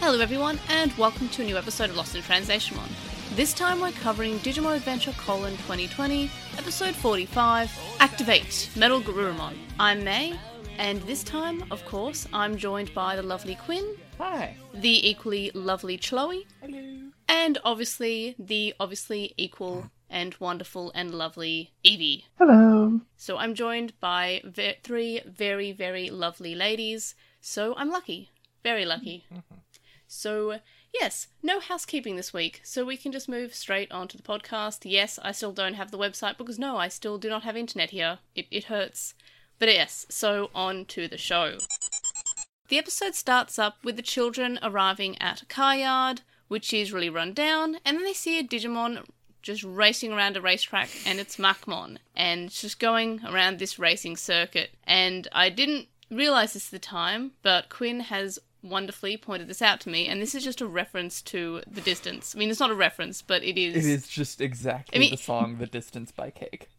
Hello, everyone, and welcome to a new episode of Lost in Translation One. This time we're covering Digimon Adventure Colon 2020, episode 45 Activate Metal Garurumon. I'm May, and this time, of course, I'm joined by the lovely Quinn, Hi. the equally lovely Chloe, Hello. and obviously the obviously equal and wonderful and lovely Evie. Hello. So I'm joined by ve- three very, very lovely ladies. So I'm lucky. Very lucky. Mm-hmm. So, yes, no housekeeping this week. So we can just move straight on to the podcast. Yes, I still don't have the website because no, I still do not have internet here. It, it hurts. But yes, so on to the show. The episode starts up with the children arriving at a car yard, which is really run down, and then they see a Digimon just racing around a racetrack, and it's Makmon, and it's just going around this racing circuit. And I didn't realize this at the time, but Quinn has wonderfully pointed this out to me, and this is just a reference to the distance. I mean, it's not a reference, but it is. It is just exactly I mean- the song "The Distance" by Cake.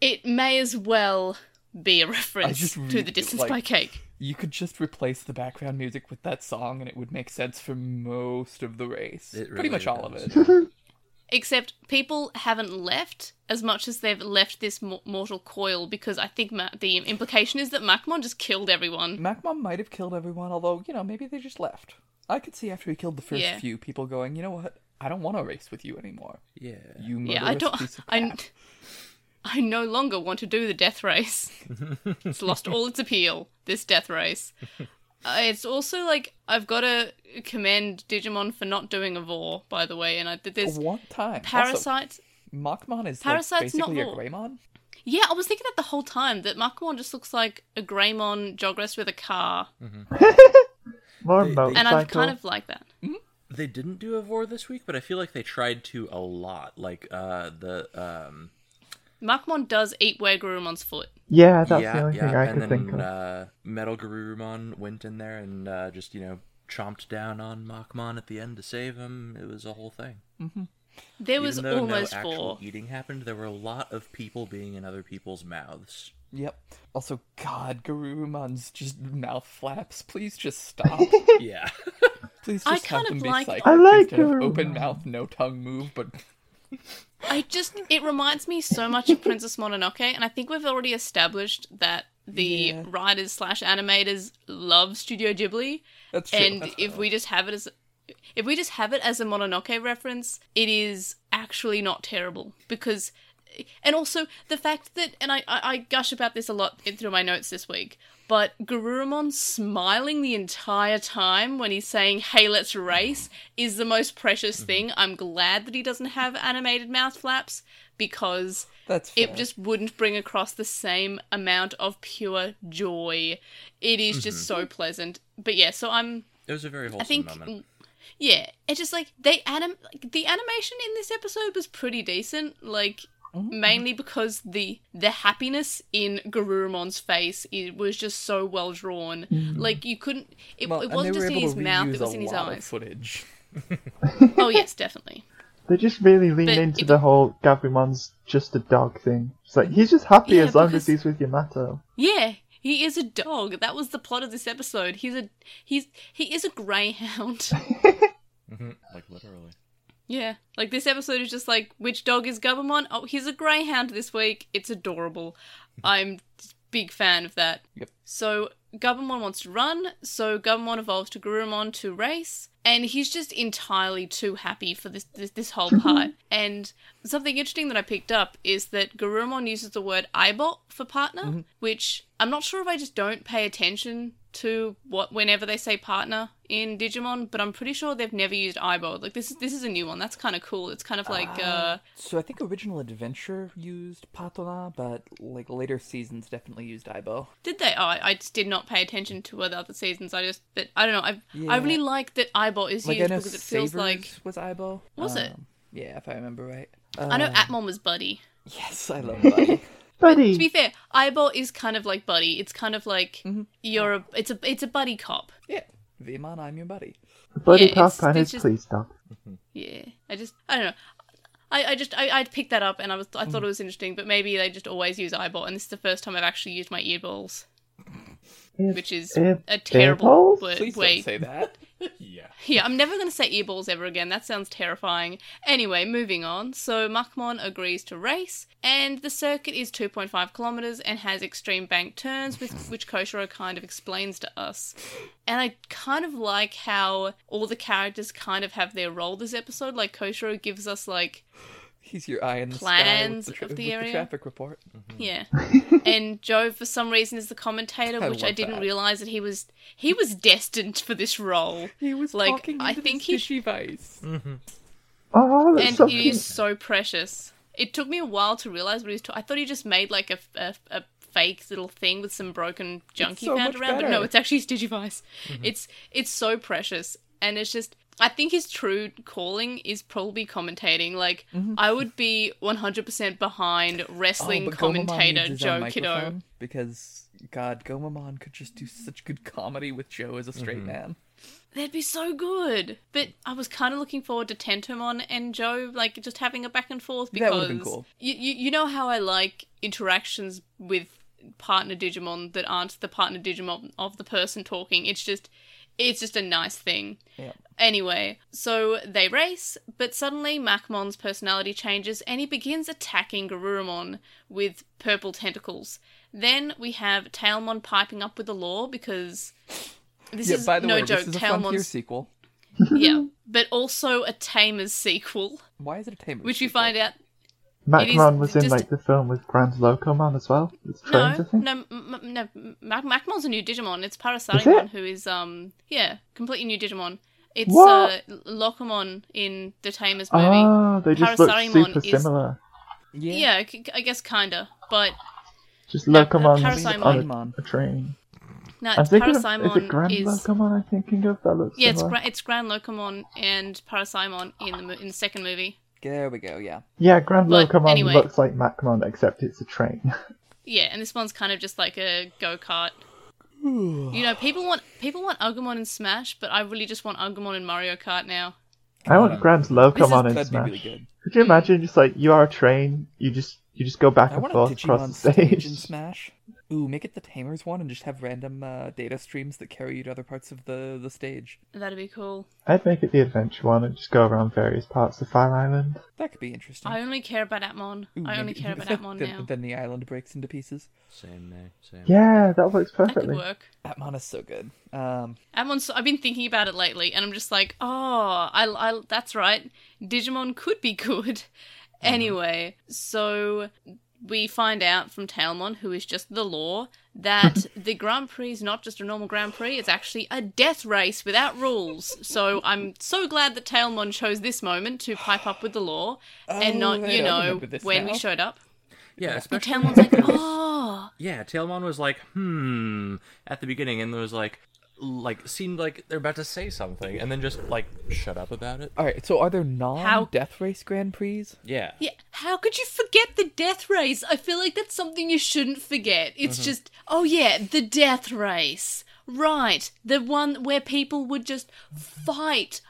It may as well be a reference just to really the distance like- by cake. You could just replace the background music with that song, and it would make sense for most of the race. It Pretty really much all of does. it. Except people haven't left as much as they've left this mo- mortal coil because I think ma- the implication is that Makmon just killed everyone. Macmon might have killed everyone, although you know maybe they just left. I could see after he killed the first Yeah. few people going, you know what? I don't want to race with you anymore. Yeah. You murderous Yeah, I don't. piece of I, crap." I no longer want to do the death race. it's lost all its appeal. This death race. Uh, it's also like I've got to commend Digimon for not doing a vor, by the way. And I, there's one time. Also, parasites. Macmon is like, Parasite's not basically a raw. Greymon. Yeah, I was thinking that the whole time that Makmon just looks like a Greymon jogress with a car, More They- motorcycle. and I've kind of like that. They didn't do a vor this week, but I feel like they tried to a lot. Like uh the um Makmon does eat where Gurumon's foot. Yeah, that's yeah, the only yeah, thing I and could then think of. uh Metal Garurumon went in there and uh just, you know, chomped down on Machmon at the end to save him. It was a whole thing. There was Even though almost no four. actual eating happened, there were a lot of people being in other people's mouths. Yep. Also, God, Garurumon's just mouth flaps. Please just stop. yeah. Please I just have kind them of be like- psychic I like instead of Garurumon. open mouth, no tongue move. But I just it reminds me so much of Princess Mononoke, and I think we've already established that the Yeah. writers slash animators love Studio Ghibli, that's true. and if we just have it as if we just have it as a Mononoke reference, it is actually not terrible because. And also the fact that, and I, I, I gush about this a lot in- through my notes this week, but Garurumon smiling the entire time when he's saying, hey, let's race, is the most precious Mm-hmm. thing. I'm glad that he doesn't have animated mouth flaps because that's fair. it just wouldn't bring across the same amount of pure joy. It is just Mm-hmm. so pleasant. But yeah, so I'm It was a very wholesome I think moment. yeah, it's just like they anim like, the animation in this episode was pretty decent, like Oh, mainly because the the happiness in Garurumon's face it was just so well drawn. Like you couldn't it, Mm. Well, it and they wasn't were just in able his to mouth, reuse it was a in his lot of eyes. Footage. oh yes, definitely. They just really lean But into if- the whole Gavrimon's just a dog thing. It's like he's just happy Yeah, as long because- as he's with Yamato. Yeah, he is a dog. That was the plot of this episode. He's a he's he is a greyhound. Mm-hmm. Like literally. Yeah, like this episode is just like, which dog is Gabumon? Oh, he's a greyhound this week. It's adorable. I'm big fan of that. Yep. So Gabumon wants to run, so Gabumon evolves to Gurumon to race, and he's just entirely too happy for this this, this whole part. and something interesting that I picked up is that Gurumon uses the word aibot for partner, which I'm not sure if I just don't pay attention to what whenever they say partner in Digimon, but I'm pretty sure they've never used eyeball. Like this is this is a new one. That's kind of cool. It's kind of like uh Ah, So I think Original Adventure used Patona, but like later seasons definitely used Ibo. did they? Oh, I I just did not pay attention to the other seasons. I just but I don't know. I I Yeah. really like that eyeball is Like I used know because it feels Sabers like was Ibo. Was it? Yeah, if I remember right. I know Um, Atmon was Buddy. Yes, I love Buddy. Buddy, To be fair, eyeball is kind of like Buddy. It's kind of like you're a it's a it's a buddy cop. yeah, Vimon, I'm your buddy. Buddy yeah, it's- Pop and it's his just- please dog. Yeah, I just I don't know. I, I just I, I picked that up and I was I thought it was interesting, but maybe they just always use eyeball, and this is the first time I've actually used my earballs. which is Eh, a terrible eyeballs? word. Please Wait, don't say that. Yeah. yeah, I'm never going to say earballs ever again. That sounds terrifying. Anyway, moving on. So Machmon agrees to race, and the circuit is 2.5 kilometers and has extreme bank turns, with, which Koshiro kind of explains to us. And I kind of like how all the characters kind of have their role this episode. Like Koshiro gives us like He's your eye in the Plans sky with the, tra- of the with the area. traffic report. Yeah. and Joe, for some reason, is the commentator, I which I love didn't that. realize that he was he was destined for this role. He was Like, talking I into think this he- fishy vice. Oh, that's and so it cute. is so precious. It took me a while to realize what he was. Ta- I thought he just made like a, a, a fake little thing with some broken junk he so found much around, but no, better. it's actually his digivice. Mm-hmm. It's it's so precious, and it's just. I think his true calling is probably commentating. Like, Mm-hmm. I would be 100% behind wrestling Oh, but Gomamon commentator needs his Joe own Kiddo. microphone Because, God, Gomamon could just do such good comedy with Joe as a straight man. That'd be so good. But I was kind of looking forward to Tentomon and Joe, like just having a back and forth because That would've been cool. you, you you know how I like interactions with partner Digimon that aren't the partner Digimon of the person talking. It's just it's just a nice thing. Yeah. Anyway, so they race, but suddenly Macmon's personality changes and he begins attacking Garurumon with purple tentacles. Then we have Tailmon piping up with the law because this yeah, is by the no way, joke. this is a Frontier Tailmon's sequel. yeah, but also a Tamer's sequel, Why is it a Tamer which we sequel? find out. Macmon is was in just- like the film with Grand Locomon as well. It's trains, No, I think. no, m- m- no. Mac- Macmon's a new Digimon. It's Is it? Parasarimon who is um yeah, completely new Digimon. It's uh, What? Locomon in the Tamer's movie. Ah, they just look Parasarimon super is- similar. Yeah. yeah, I c- I guess kinda, but Just No, Locomon Parasarimon. on Paramon. a, a train. no, I'm it's thinking of, is it Parasarimon Grand Uh, is. Locomon I'm thinking of? That looks yeah, it's, similar. gra- it's Grand Locomon and Parasarimon in the mo- in the second movie. There we go, yeah. yeah, Grand But Locomon anyway. looks like Macmon except it's a train. Yeah, and this one's kind of just like a go kart. You know, people want people want Agumon in Smash, but I really just want Agumon in Mario Kart now. I want Grand This is, Locomon in that'd Smash. be really good. Could you imagine just like you are a train, you just you just go back I and want a forth across Digimon the stage. stage in Smash. Ooh, make it the Tamers one and just have random uh, data streams that carry you to other parts of the, the stage. That'd be cool. I'd make it the adventure one and just go around various parts of Fire Island. That could be interesting. I only care about Atmon. Ooh, I only maybe- care about Atmon then, now. Then the island breaks into pieces. Same name, same. Yeah, that works That could perfectly. work. Atmon is so good. Um, Atmon's. I've been thinking about it lately, and I'm just like, oh, I, I that's right. Digimon could be good. Mm-hmm. Anyway, so we find out from Tailmon, who is just the law, that the Grand Prix is not just a normal Grand Prix; it's actually a death race without rules. So I'm so glad that Tailmon chose this moment to pipe up with the law, and Oh, not wait, you I know remember this when we now. showed up. Yeah, And especially. Tailmon's like, oh. Yeah, Tailmon was like, hmm, at the beginning, and was like, like seemed like they're about to say something, and then just like shut up about it. all right, so are there non-death race Grand Prix? Yeah. Yeah, how could you forget the death race? I feel like that's something you shouldn't forget. It's just, oh yeah, the death race. Right, the one where people would just fight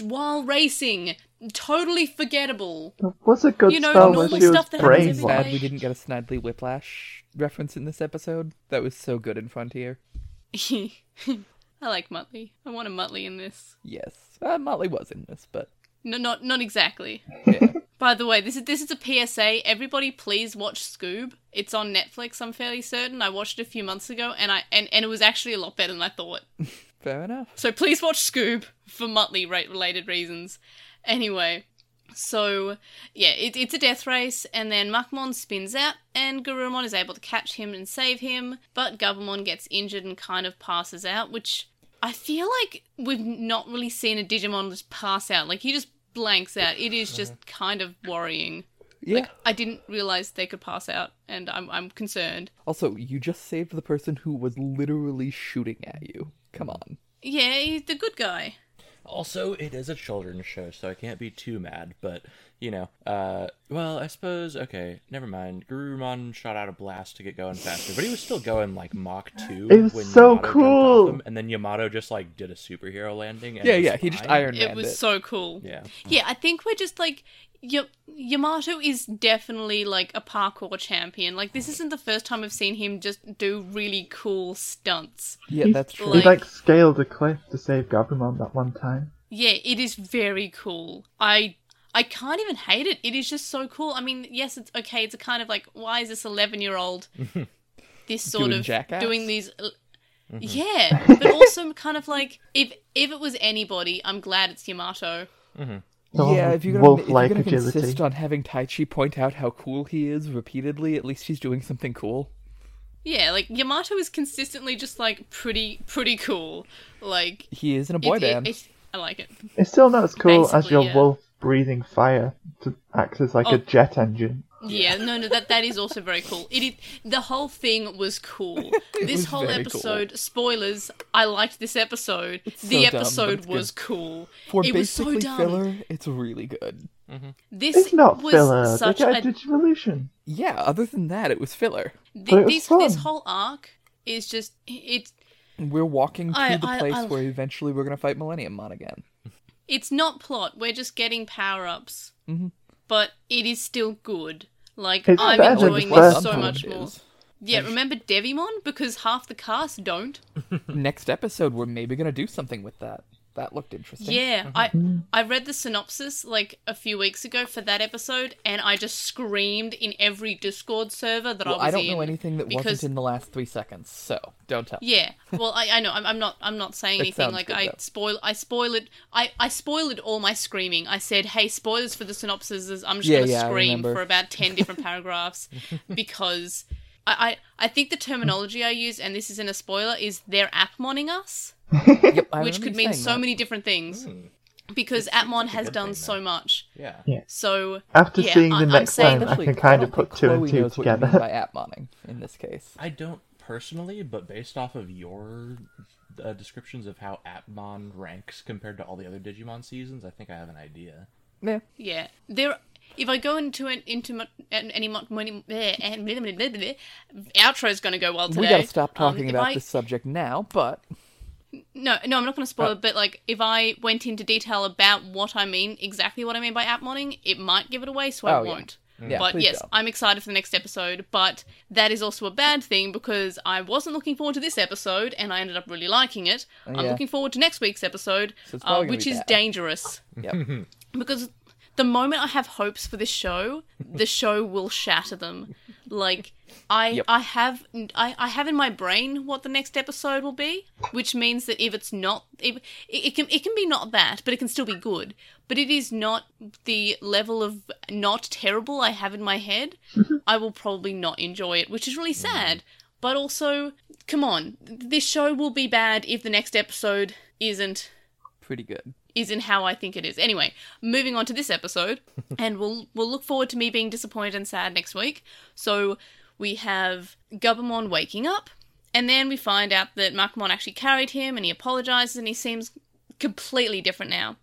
while racing. Totally forgettable. What's a good You know, spell normal when she was stuff that happens every Sad day. brainwashed? we didn't get a Snidely Whiplash reference in this episode. That was so good in Frontier. I like Muttley. I want a Muttley in this. Yes, uh, Motley was in this, but No, not not exactly. yeah. By the way, this is this is a PSA. Everybody, please watch Scoob. It's on Netflix. I'm fairly certain. I watched it a few months ago, and I and, and it was actually a lot better than I thought. fair enough. So please watch Scoob for Muttley rate related reasons. Anyway, so yeah, it, it's a death race, and then Machmon spins out, and Garurumon is able to catch him and save him, but Gabumon gets injured and kind of passes out, which I feel like we've not really seen a Digimon just pass out. Like he just blanks out. It is just kind of worrying. Yeah. I didn't realize they could pass out, and I'm I'm concerned. also, you just saved the person who was literally shooting at you. Come on. Yeah, he's the good guy. Also, it is a children's show, so I can't be too mad, but you know, uh, well, I suppose, okay, never mind. Gururumon shot out a blast to get going faster, but he was still going like Mach 2. It was so jumped off cool. him, and then Yamato just like did a superhero landing. And Yeah, was yeah, he just fine. Iron Man It was so cool. Yeah. Yeah, I think we're just like y- Yamato is definitely like a parkour champion. Like this isn't the first time I've seen him just do really cool stunts. Yeah, He's- that's true. He Like- like scaled a cliff to save Gabumon that one time. Yeah, it is very cool. I I can't even hate it. It is just so cool. I mean, yes, it's okay. It's a kind of like why is this eleven year old this sort Doing of jackass? Mm-hmm. doing these. Yeah, but also kind of like if if it was anybody, I'm glad it's Yamato. Oh, yeah, if you're gonna, if you're wolf-like gonna agility. insist on having Taichi point out how cool he is repeatedly, at least he's doing something cool. Yeah, like Yamato is consistently just like pretty pretty cool. Like He is in a boy it- it- band. it's- I like it. It's still not as cool as Basically, your yeah. wolf breathing fire to acts as like Oh. a jet engine. Yeah, no, no, that that is also very cool. It, is- the whole thing was cool. This was whole very episode, spoilers. I liked this episode. so the dumb, but episode it's good. was cool. For it was so basically dumb. filler, it's really good. This It's not was filler. They such get a a digivolution. Yeah, other than that, it was filler. but th- it was this this fun. whole arc is just it's We're walking to I- the I- place I- where eventually we're gonna fight Millennium Mon again. it's not plot. We're just getting power ups, Mhm. but it is still good. Like It's I'm better than enjoying the this first so one. much It more. is. Yeah, remember Devimon because half the cast don't. Next episode, we're maybe gonna do something with that. That looked interesting. Yeah, I I read the synopsis like a few weeks ago for that episode, and I just screamed in every Discord server that Well, I was I don't in. know anything that because- wasn't in the last three seconds, so don't tell. Yeah, well, I, I know I'm, I'm not I'm not saying It anything. sounds Like good, I though. spoil I spoil it I I spoiled all my screaming. I said, "Hey, spoilers for the synopsis." I'm just Yeah, gonna yeah, I scream remember. for about ten different paragraphs because I, I I think the terminology I use, and this isn't a spoiler, is they're apmoning us. Yep, I which remember could you mean saying so that. Hmm. many different things because Atmon has good done thing, so much. Yeah. So After Yeah, seeing I- the I'm next saying time, I Actually, can kind don't of put think two and Chloe two knows what you mean together. by atmoning in this case. I don't personally, but based off of your uh, descriptions of how Atmon ranks compared to all the other Digimon seasons, I think I have an idea. Yeah, yeah, there. If I go into an, into mu- an, any mo- many- bleh, and bleh, bleh, bleh, bleh, bleh, outro's going to go well today. we gotta stop Um, talking if about I- this subject now. But No, no, I'm not going to Uh, spoil. it, But like, if I went into detail about what I mean, exactly what I mean by atmoning, it might give it away, so I Oh, yeah. won't. yeah, but please yes, don't. I'm excited for the next episode. But that is also a bad thing because I wasn't looking forward to this episode, and I ended up really liking it. I'm yeah. looking forward to next week's episode, So it's uh, probably gonna which be is bad. dangerous Yep. because the moment I have hopes for this show, the show will shatter them. Like I, Yep. I have, I, I have in my brain what the next episode will be, which means that if it's not, if, it, it can, it can be not that, but it can still be good. But it is not the level of not terrible I have in my head. I will probably not enjoy it, which is really sad. But also, come on, this show will be bad if the next episode isn't pretty good. isn't how I think it is. Anyway, moving on to this episode, and we'll we'll look forward to me being disappointed and sad next week. So we have Gubamon waking up, and then we find out that Makumon actually carried him, and he apologizes, and he seems completely different now.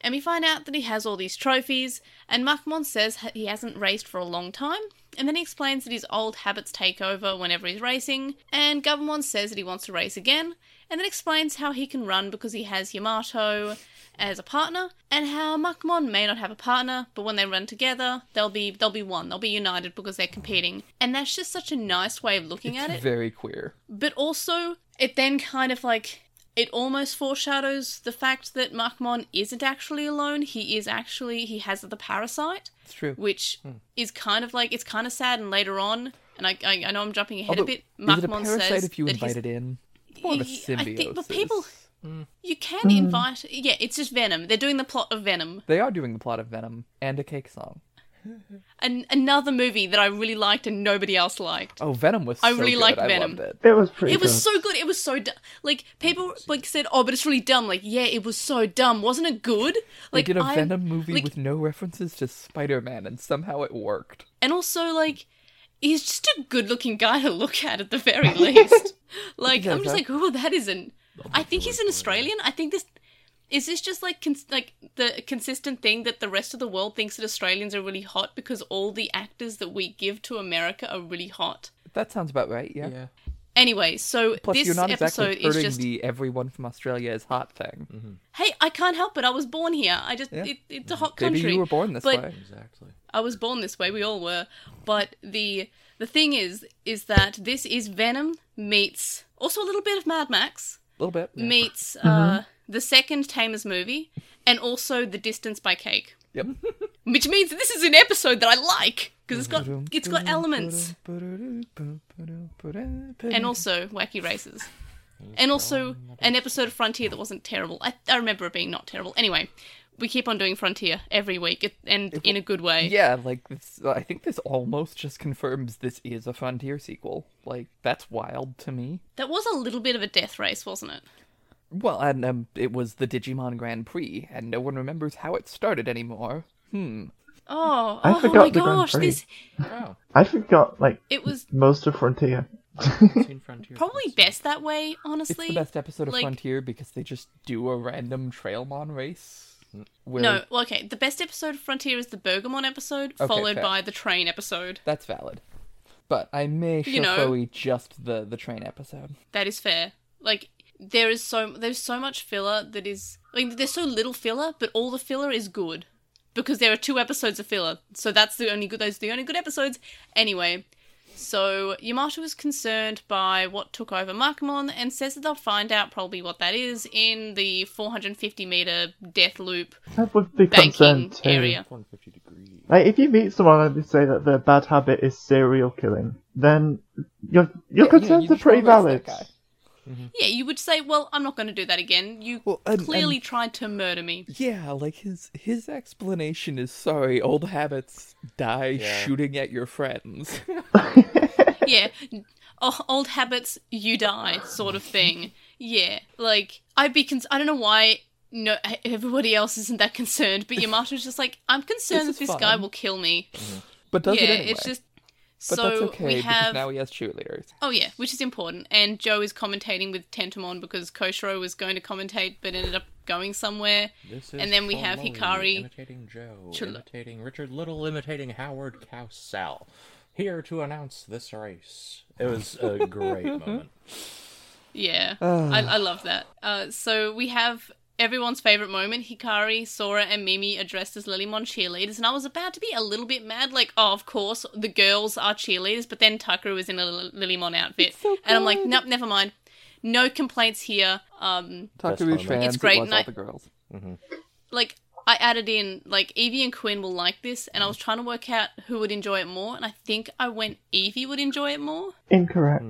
And we find out that he has all these trophies, and Makumon says ha- he hasn't raced for a long time. And then he explains that his old habits take over whenever he's racing, and Gubamon says that he wants to race again, and then explains how he can run because he has Yamato as a partner, and how Makumon may not have a partner, but when they run together, they'll be they'll be one, they'll be united because they're competing. And that's just such a nice way of looking at it Very queer. but also it then kind of like it almost foreshadows the fact that Markmon isn't actually alone. He is actually he has the parasite, It's true. which Hmm. is kind of like it's kind of sad. And later on, and I I, I know I'm jumping ahead Although, a bit. Oh, is it a Markmon parasite says if you that he's- invite it in? It's more of a I symbiosis. think- but people- you can invite. Yeah, it's just Venom. They're doing the plot of Venom, They are doing the plot of Venom and a cake song. An- another movie that I really liked and nobody else liked. Oh, Venom was. I so really good. liked I Venom. loved it. It was pretty It was good. so good. It was so du- like people like said, "Oh, but it's really dumb." Like, yeah, it was so dumb. Wasn't it good? They Like, did a I'm- Venom movie like- with no references to Spider-Man, and somehow it worked. and also like he's just a good-looking guy to look at at the very least. like, I'm just that- like, "Oh, that isn't." I think he's an Australian. I think this. Is this just like cons- like the consistent thing that the rest of the world thinks that Australians are really hot because all the actors that we give to America are really hot? That sounds about right, yeah. Yeah. Anyway, so Plus, this you're not episode exactly is hurting just the everyone from Australia is hot thing. hey, I can't help it. I was born here. I just Yeah. it, it's a hot Maybe country. you were born this but- way. Exactly. I was born this way. We all were. But the the thing is, is that this is Venom meets also a little bit of Mad Max A little bit. yeah. Mm-hmm. meets uh, the second Tamers movie and also The Distance by Cake. Yep. Which means this is an episode that I like because it's got it's got elements and also wacky races. And also an episode of Frontier that wasn't terrible. I, I remember it being not terrible. Anyway, we keep on doing Frontier every week it- and in a good way. Yeah, like this, I think this almost just confirms this is a Frontier sequel. Like that's wild to me. That was a little bit of a death race, wasn't it? Well, and um, it was the Digimon Grand Prix, and no one remembers how it started anymore. Hmm. Oh, I oh, forgot my the Grand gosh. Prix. This Wow. I forgot like it was most of Frontier. Seen Frontier probably Quest. best that way, It's honestly. the best episode of like- Frontier because they just do a random Trailmon race. Where No, well, okay. The best episode of Frontier is the Bergamon episode, Okay, followed fair. by the train episode. that's valid. But I may show You know- Chloe just the the train episode. That is fair. Like there is so there's so much filler that is like there's so little filler, but all the filler is good because there are two episodes of filler. So that's the only good. Those are the only good episodes. Anyway, so Yamato is concerned by what took over Markamon and says that they'll find out probably what that is in the 450 meter death loop That would be banking concerned too. area. 150 degrees. Like if you meet someone and they say that their bad habit is serial killing, then your Yeah, your yeah, concerns you are pretty trailblazed that valid. guy. Yeah, you would say, well, I'm not going to do that again. You Well, and- clearly and- tried to murder me. Yeah, like his his explanation is sorry, old habits die Yeah. shooting at your friends. yeah, oh, old habits, you die, sort of thing. Yeah, like I'd be. Cons- I don't know why. No, e, everybody else isn't that concerned, but Yamato's just like, I'm concerned This that is this guy fun. will kill me. but does yeah, it anyway. it's just. but so that's okay we have because now he has cheerleaders. Oh yeah, which is important. And Joe is commentating with Tentamon because Koshiro was going to commentate but ended up going somewhere. This is And then we have Chloe Hikari- imitating Joe, Chul- imitating Richard Little, imitating Howard Cowsell. Here to announce this race. It was a great moment. Yeah, I, I love that. Uh, so we have everyone's favorite moment: Hikari, Sora, and Mimi are dressed as Lilymon cheerleaders, and I was about to be a little bit mad, like, oh, of course the girls are cheerleaders, but then Tucker was in a Lil- Lilymon outfit, so and I'm like, good. nope, never mind. No complaints here. Um, Talk Best to his moment. fans, It's great, it was and I- all the girls. like I added in like Evie and Quinn will like this, and I was trying to work out who would enjoy it more, and I think I went Evie would enjoy it more. Incorrect.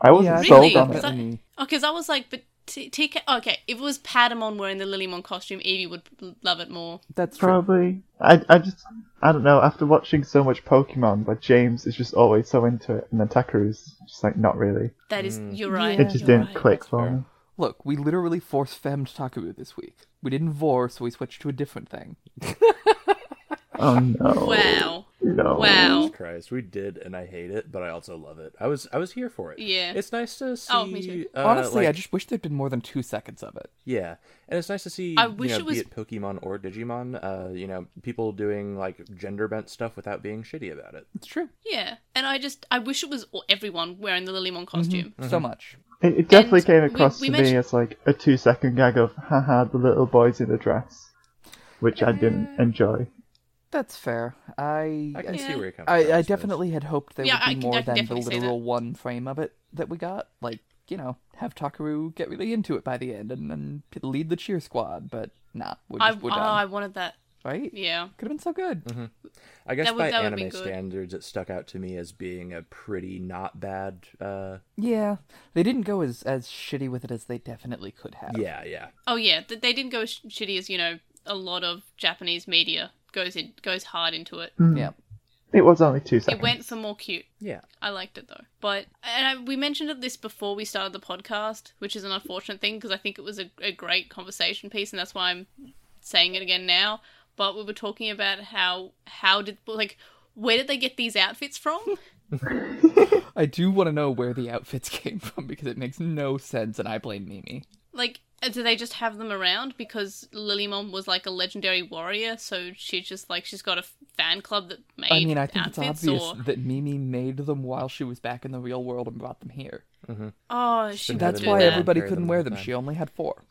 I wasn't Yeah, sold Really? on Is it. that- Oh, because I was like, but T- TK. Okay, if it was Patamon wearing the Lilymon costume, Evie would l- love it more. That's Um, true. Probably. I, I just I don't know. After watching so much Pokemon, like James is just always so into it, and then Takeru's just like not really. That is, you're right. It just you're didn't right. click That's for fair. me. Look, we literally force femmed Takaru this week. We didn't vor, so we switched to a different thing. Oh no. Wow. No. Wow. Jesus Christ, we did, and I hate it, but I also love it. I was I was here for it. Yeah. it's nice to see. Oh, me too. uh, Honestly, I like- just wish there'd been more than two seconds of it. yeah, and it's nice to see. I you wish know, it was- be it Pokemon or Digimon. Uh, you know, people doing like gender bent stuff without being shitty about it. It's true. Yeah. And I just, I wish it was all- everyone wearing the Lilymon costume. Mm-hmm. So much. It, it definitely And came we- across we to me mentioned- as like a two second gag of haha the little boy's in a dress. Which I didn't enjoy. That's fair. I I can Yeah. see where you're coming from. I, I suppose. definitely had hoped there Yeah, I can- would be I more can than the definitely see that. literal one frame of it that we got. Like, you know, have Takaru get really into it by the end and, and lead the cheer squad, but nah, we're, I, just, we're oh, done. I wanted that. right? Yeah. Could have been so good. I guess That would- by that would be anime good. standards, it stuck out to me as being a pretty not bad. Uh, Yeah, they didn't go as as shitty with it as they definitely could have. yeah, yeah, Oh, yeah. th- They didn't go as sh- shitty as, you know, a lot of Japanese media goes in, goes hard into it. Mm. yeah. It was only two It seconds. went for more cute. yeah. I liked it though. But and I, we mentioned it this before we started the podcast, which is an unfortunate thing because I think it was a, a great conversation piece, and that's why I'm saying it again now. But we were talking about how how did like where did they get these outfits from? I do want to know where the outfits came from because it makes no sense, and I blame Mimi. like And do they just have them around because Lilymon was like a legendary warrior, so she just like she's got a f- fan club that made I mean, I think it's outfits obvious or that Mimi made them while she was back in the real world and brought them here. oh, she been would That's do why that. everybody Carry couldn't them wear all the them. time. She only had four.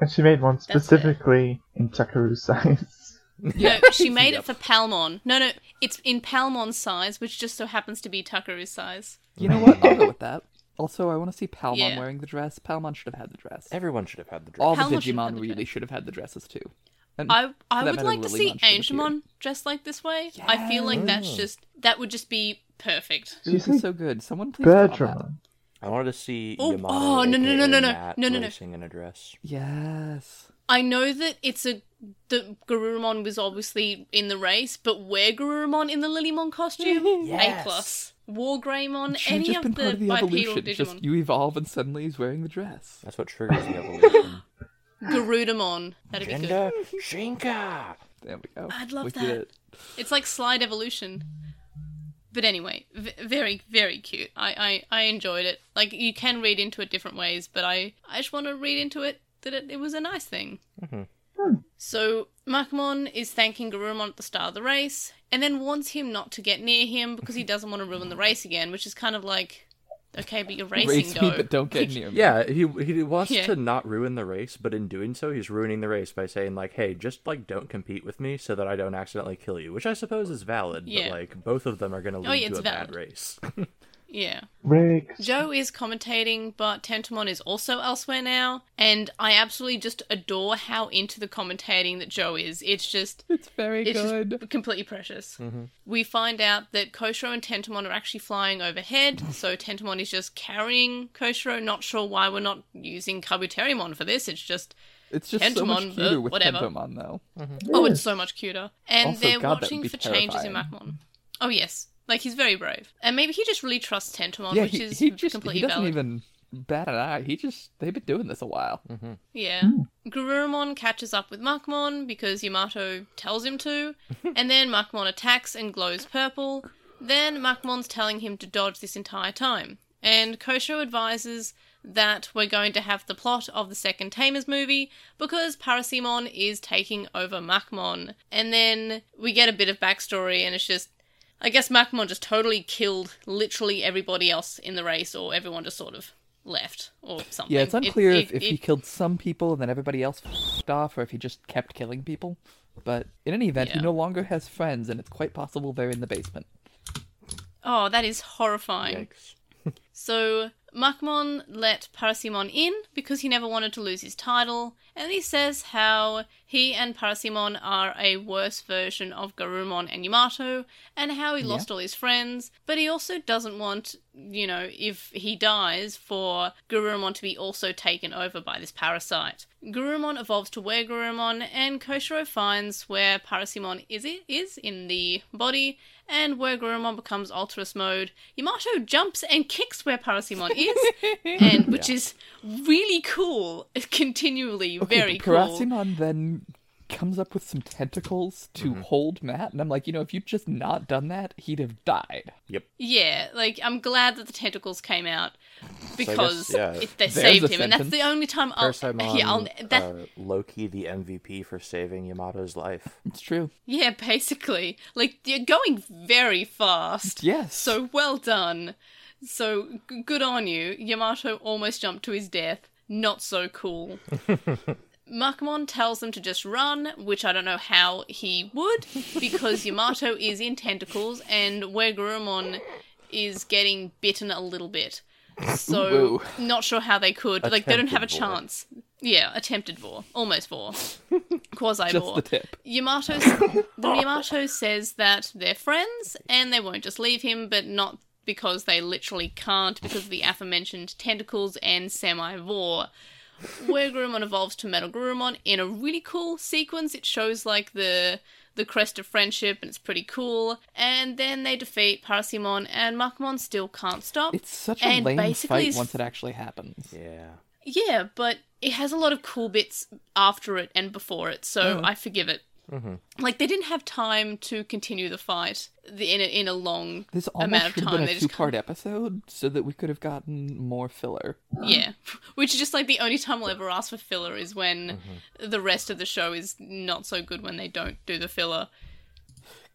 And she made one fair. specifically in Takaru size. No, she made it for Palmon. No, no, it's in Palmon's size, which just so happens to be Takaru's size. You know what? I'll go with that. Also, I want to see Palmon Yeah. wearing the dress. Palmon should have had the dress. Everyone should have had the dress. All the Palmon should have had Digimon the really dress. should have had the dresses too. And I I for Oh. that would matter, like to see Lilymon should appear. Angemon dressed like this way. I feel like that's just that would just be perfect. It would She's be so good. Someone please draw that. Birdrum. I wanted to see Oh, Yamato oh, no, no, no, no, aka no, Matt no, no, no. racing in a dress. Yes. I know that it's a that Garurumon was obviously in the race, but where Garurumon in the Lilymon costume? Yes. A plus. War Greymon, It should have any just of been part the, of the bipedal evolution. Digimon. Just you evolve and suddenly he's wearing the dress. That's what triggers the evolution. Garudamon. That'd be good. Gender Shinka. There we go. I'd love we that. did it. It's like slide evolution. But anyway, v- very, very cute. I, I, I enjoyed it. Like, you can read into it different ways, but I, I just want to read into it that it, it was a nice thing. So, Makamon is thanking Garurumon at the start of the race, and then warns him not to get near him because he doesn't want to ruin the race again, which is kind of like, okay, but you're racing, Race though. me, but don't get near me. Yeah, he he wants Yeah. to not ruin the race, but in doing so, he's ruining the race by saying like, "Hey, just like don't compete with me, so that I don't accidentally kill you," which I suppose is valid. Yeah. Oh, But like, both of them are going to lead yeah, to it's a valid. bad race. Yeah. Riggs. Joe is commentating, but Tentamon is also elsewhere now, and I absolutely just adore how into the commentating that Joe is. It's just It's very it's good. just completely precious. Mm-hmm. We find out that Koshiro and Tentamon are actually flying overhead, so Tentamon is just carrying Koshiro. Not sure why we're not using Kabuterimon for this. It's just It's just so much Tentomon, uh, cuter with whatever. Tentomon, though. oh, it's so much cuter. And Also, they're God, that watching would for be changes in terrifying. Macmon. Oh yes, like he's very brave, and maybe he just really trusts Tentamon, yeah, which he, is he just completely he doesn't valid. even bat an eye. He just they've been doing this a while. Yeah. Hmm. Garurumon catches up with Makmon because Yamato tells him to, and then Makmon attacks and glows purple. Then Makmon's telling him to dodge this entire time. And Kosho advises that we're going to have the plot of the second Tamers movie because Parasimon is taking over Makmon. And then we get a bit of backstory, and it's just. I guess Makmon just totally killed literally everybody else in the race, or everyone just sort of left, or something. Yeah, it's It- unclear it- if, if it- he killed some people and then everybody else f***ed off, or if he just kept killing people. But in any event, he Yeah. no longer has friends, and it's quite possible they're in the basement. Oh, that is horrifying. Yikes. So Makmon let Parasimon in because he never wanted to lose his title, and he says how he and Parasimon are a worse version of Garurumon and Yamato, and how he lost all his friends, but he also doesn't want, you know, if he dies, for Garurumon to be also taken over by this parasite. Garurumon evolves to where Garurumon, and Koshiro finds where Parasimon is is in the body, and where Garurumon becomes Ultras mode, Yamato jumps and kicks where Parasimon is, and which is really cool. Continually Okay, very but cool. Parasimon then comes up with some tentacles to hold Matt, and I'm like, you know, if you'd just not done that, he'd have died. Yep. Yeah, like I'm glad that the tentacles came out because yeah, it, they there's saved a him, and that's the sentence. um, only time I'll. Parasimon, yeah, I'll, that, uh, Loki, the MVP for saving Yamato's life. It's true. yeah, basically, like you're going very fast. Yes. So well done. So g- good on you. Yamato almost jumped to his death. Not so cool. Makamon tells them to just run, which I don't know how he would, because Yamato is in tentacles and where Gurumon is getting bitten a little bit. So Whoa. not sure how they could. like they don't have a Attempted vor. chance. Yeah, attempted vor, almost vor, quasi just vor. the tip. Yamato, the Yamato says that they're friends and they won't just leave him, but not because they literally can't because of the aforementioned tentacles and semi-vor. Where Gurumon evolves to Metal Gurumon in a really cool sequence. It shows like the the crest of friendship and it's pretty cool. And then they defeat Parasimon and Makmon still can't stop. It's such a And lame basically fight it's- once it actually happens. Yeah. Yeah, but it has a lot of cool bits after it and before it, so I forgive it. Like they didn't have time to continue the fight the, in a, in a long This amount almost of should have time. been They a just two-part episode so that we could have gotten more filler. Yeah. Which is just like the only time I'll ever ask for filler is when the rest of the show is not so good when they don't do the filler.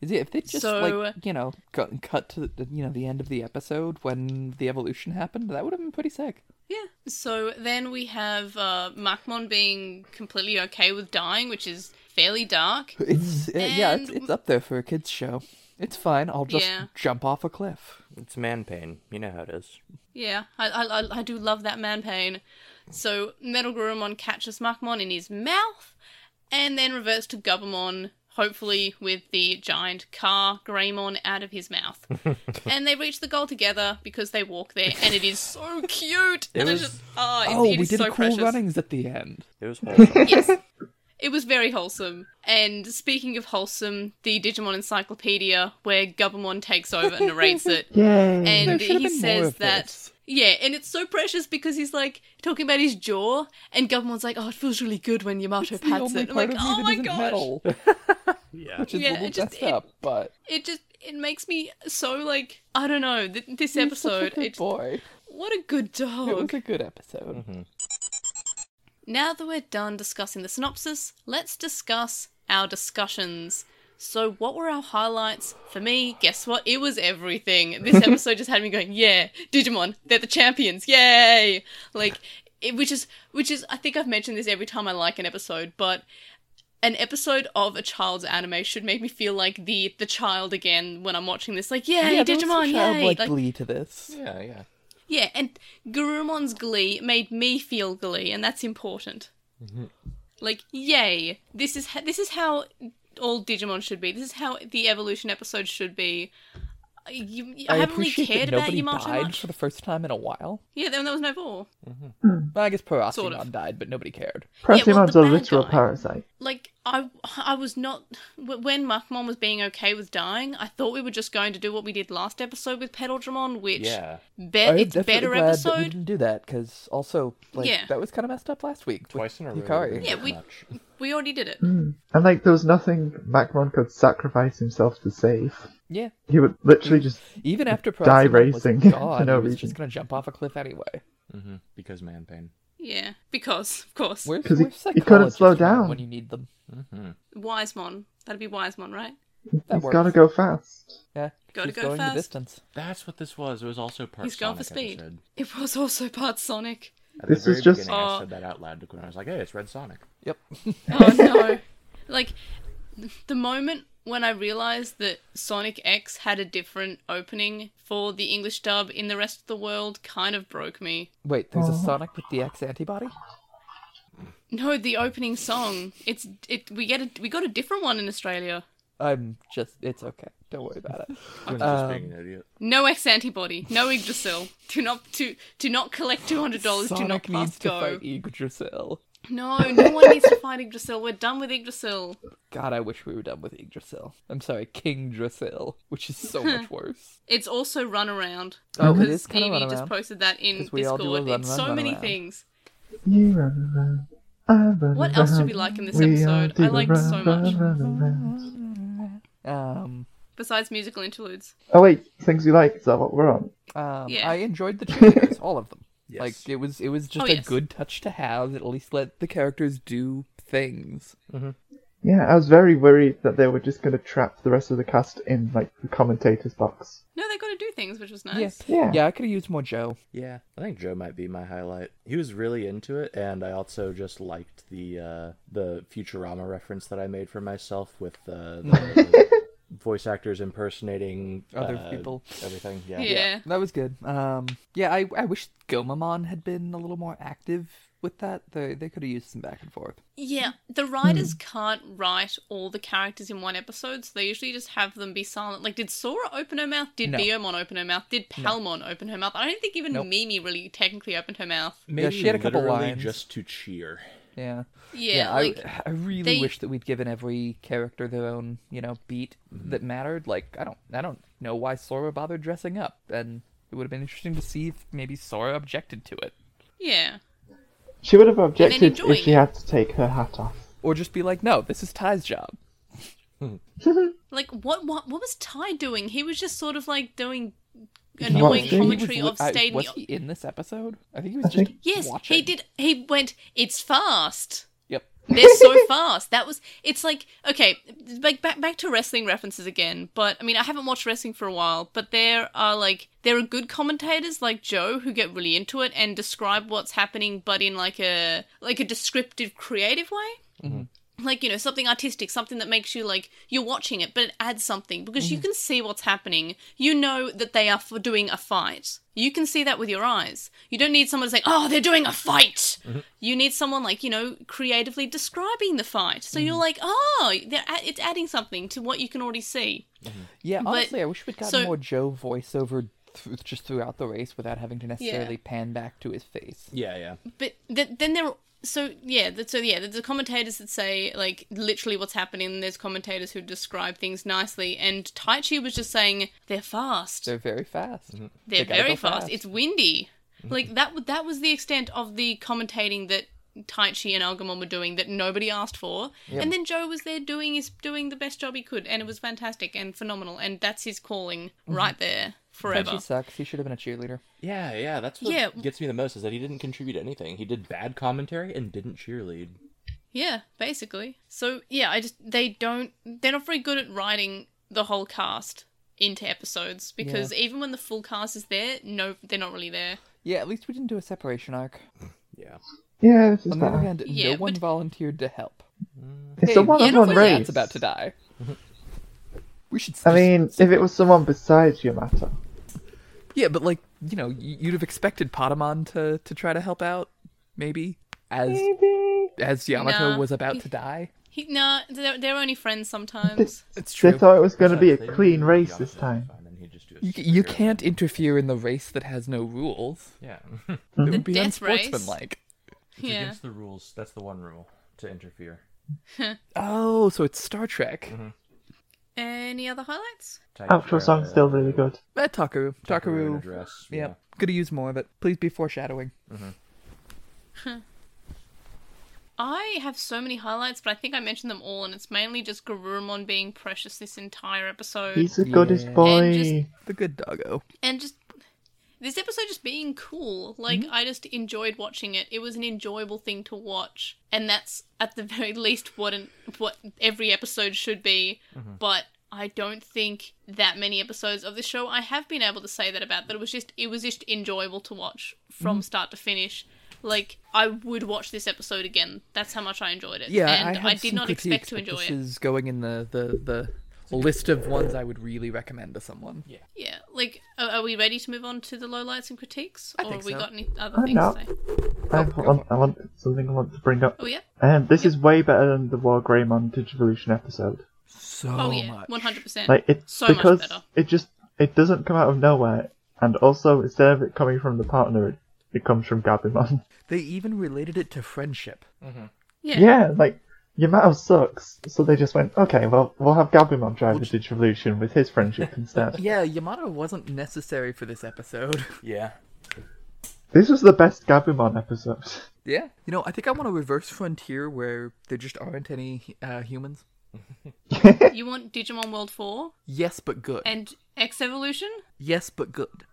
Is it if they just So- like you know cut, cut to the, you know the end of the episode when the evolution happened? That would have been pretty sick. Yeah. So then we have uh, Makmon being completely okay with dying, which is fairly dark. It's uh, yeah, it's, And- it's up there for a kids show. It's fine. I'll just Yeah. jump off a cliff. It's man pain. You know how it is. Yeah, I, I, I- I do love that man pain. So Metal Gurumon catches Makmon in his mouth and then reverts to Gubamon, hopefully with the giant car Greymon out of his mouth. and they reach the goal together because they walk there and it is so cute. It and was- I just, ah, it, Oh, it we is did so cool precious. runnings at the end. It was wholesome. Yes. It was very wholesome. And speaking of wholesome, the Digimon Encyclopedia, where Gubamon takes over and narrates it, Yay! and There should have he been more says of that this. yeah and it's so precious because he's like talking about his jaw and Gubmon's like oh it feels really good when Yamato The pats only it I'm part like of me oh that my isn't gosh metal, yeah. which is Yeah, a little it just- messed it- up, but it just it makes me so like I don't know th- this he's such a episode good it's boy. what a good It was dog a good episode. Mm-hmm. now that we're done discussing the synopsis let's discuss our discussions so what were our highlights for me guess what it was everything this episode just had me going yeah digimon they're the champions yay like it, which is which is i think i've mentioned this every time i like an episode but an episode of a child's anime should make me feel like the the child again when i'm watching this like yay yeah, there was some digimon yay childlike Like, glee to this. Yeah, yeah. yeah and gurumon's glee made me feel glee and that's important Mm-hmm. like yay this is ha- this is how all digimon should be this is how the evolution episode should be I- you, I, I, haven't really appreciate cared that about nobody Yamato died much. for the first time in a while. Yeah, then there was no ball. Well, I guess Porosimon Sort of. died, but nobody cared. yeah, well, Procymon's the a bad literal guy. parasite. like I I was not w- when Markmon was being okay with dying. I thought we were just going to do what we did last episode with Pedaljamon, which Yeah. be- I'm it's definitely better glad that we episode. didn't do that because also, like, Yeah. that was kind of messed up last week. with Twice in a row. Yukari. Yeah, we- Much. We already did it. Mm. And like, there was nothing Macmon could sacrifice himself to save. Yeah, He would literally Mm, just. even after Die Prosimon was racing for gone, no he was reason. just gonna jump off a cliff anyway. hmm Because man pain. Yeah, because of course, Where's, 'Cause he- where's he couldn't slow psychologists when- down. when you need them. Mm-hmm. Wisemon. That'd be Wisemon, right? That He's works. gotta go fast. Yeah, Gotta he's go going fast. the distance. That's what this was. It was also part He's gone for Sonic speed. episode. It was also part Sonic. At This the very is just- beginning, Oh. I said that out loud to Quinn. I was like, "Hey, it's Red Sonic." Yep. Oh no! like the moment when I realized that Sonic X had a different opening for the English dub in the rest of the world, kind of broke me. Wait, there's a Sonic with the X antibody. No, the opening song. It's it. We get a we got a different one in Australia. I'm just. It's okay. Don't worry about it. Quinn's just being Um, an idiot. No X antibody. No Yggdrasil. Do not to do not collect two hundred dollars. Do not Sonic pass needs to go. fight Yggdrasil. No, no one needs to fight Yggdrasil. We're done with Yggdrasil. God, I wish we were done with Yggdrasil. I'm sorry, King Drasil, which is so much worse. It's also runaround. Oh, it Because is kind of Evie run just around. posted that in 'Cause we all Discord. do a run, it's run, so run many around. things. You run around. I run What else did we around, like in this we episode? all I do liked run, so run, much. run around. Um, Besides musical interludes. Oh wait, things we like. Is that what we're on? um, Yeah. I enjoyed the characters, all of them. Yes. Like it was, it was just Oh, a yes. good touch to have. It at least let the characters do things. Yeah, I was very worried that they were just gonna trap the rest of the cast in like the commentator's box. No, they got to do things, which was nice. Yeah, Yeah. yeah. I could have used more Joe. Yeah, I think Joe might be my highlight. He was really into it, and I also just liked the uh, the Futurama reference that I made for myself with uh, the voice actors impersonating Other uh, people. Everything, yeah. Yeah. That was good. Um, yeah, I, I wish Gomamon had been a little more active with that. They they could have used some back and forth. Yeah, the Hmm. writers can't write all the characters in one episode, so they usually just have them be silent. Like, did Sora open her mouth? Did No. Biomon open her mouth? Did Palmon open her mouth? I don't think even Nope. Mimi really technically opened her mouth. Maybe she had a couple literally lines. just to cheer. Yeah. Yeah, yeah, like I, I really they- wish that we'd given every character their own, you know, beat Mm-hmm. that mattered. Like, I don't, I don't know why Sora bothered dressing up, and it would have been interesting to see if maybe Sora objected to it, yeah, She would have objected enjoying if she it. had to take her hat off. or just be like, "No, this is Ty's job." Like what what what was Ty doing? He was just sort of like doing was annoying watching. commentary He was, of li- I- staying. was he in this episode? I think he was I just think- Yes, watching. he did. He went. It's fast. Yep. They're so fast. That was. It's like okay, like back back to wrestling references again. But I mean, I haven't watched wrestling for a while. But there are like there are good commentators like Joe who get really into it and describe what's happening, but in like a like a descriptive, creative way. Like you know something artistic, something that makes you like you're watching it, but it adds something because you can see what's happening. You know that they are for doing a fight. You can see that with your eyes. You don't need someone to say, "Oh, they're doing a fight." You need someone like you know creatively describing the fight. So you're like, "Oh, they're a- it's adding something to what you can already see." Yeah, But- honestly, I wish we'd gotten so- more Joe voiceover th- just throughout the race without having to necessarily pan back to his face. Yeah, yeah. But th- then there, so yeah, th- so yeah, there's the commentators that say like literally what's happening. There's commentators who describe things nicely, and Tai Chi was just saying they're fast. They're very fast. Mm-hmm. Mm. They're They gotta very go fast. It's windy. Like that. w- That was the extent of the commentating that Taichi and Algamon were doing that nobody asked for. And then Joe was there doing his doing the best job he could, and it was fantastic and phenomenal. And that's his calling Mm-hmm. right there Frenchie forever. sucks. He should have been a cheerleader. Yeah, Yeah, that's what Yeah. gets me the most is that he didn't contribute anything. He did bad commentary and didn't cheerlead. Yeah, basically. So yeah, I just they don't they're not very good at writing the whole cast into episodes because even when the full cast is there, no, they're not really there. Yeah, at least we didn't do a separation arc. yeah. Yeah, this is On the other bad. hand, Yeah, no one but- volunteered to help. It's a one-on-one you know, race. Mm-hmm. That's about to die. We should. I just- mean, if it was someone besides Yamato, yeah, but like you know, y- you'd have expected Patamon to to try to help out, maybe as as Yamato Nah. was about to die. He, no, they're, they're only friends sometimes. It's they true. thought it was going to be a Besides, they didn't clean do race Yamato this time. fine, and he'd just do a You, you superhero. can't interfere in the race that has no rules. Yeah, It would be death race? unsportsmanlike. It's yeah. against the rules. That's the one rule to interfere. Oh, so it's Star Trek. Any other highlights? Outro song's still really good. Eh, Takaru. Takaru in a Takaru. dress. Yep. Could have used more of it. Please be foreshadowing. I have so many highlights, but I think I mentioned them all, and it's mainly just Garurumon being precious this entire episode, He's the goodest Yeah. boy. And just- The good doggo. and just this episode just being cool. Like Mm-hmm. I just enjoyed watching it. It was an enjoyable thing to watch, and that's at the very least what an, what every episode should be. Mm-hmm. But I don't think that many episodes of the show I have been able to say that about. That it was just it was just enjoyable to watch Mm-hmm. from start to finish. Like I would watch this episode again. That's how much I enjoyed it. Yeah, I, and had I, did some not critiques, expect to but enjoy this it. is going in the the the list of ones I would really recommend to someone. Yeah. Yeah, like, are, are we ready to move on to the lowlights and critiques, or think have we so. got any other I'm things not. to say? I want, I want something I want to bring up. Oh yeah, Um, this is way better than the War Greymon Digivolution episode. So oh yeah, much. one hundred percent. Like it's So much because better. it just it doesn't come out of nowhere, and also instead of it coming from the partner, it, it comes from Gabumon. They even related it to friendship. Yeah, Yeah. like Yamato sucks, so they just went, okay, well we'll have Gabumon drive the Digivolution with his friendship instead. Yeah, Yamato wasn't necessary for this episode. Yeah. this was the best Gabumon episode. Yeah. You know, I think I want a reverse frontier where there just aren't any uh, humans. you want Digimon World Four Yes, but good. and X Evolution? yes, but good.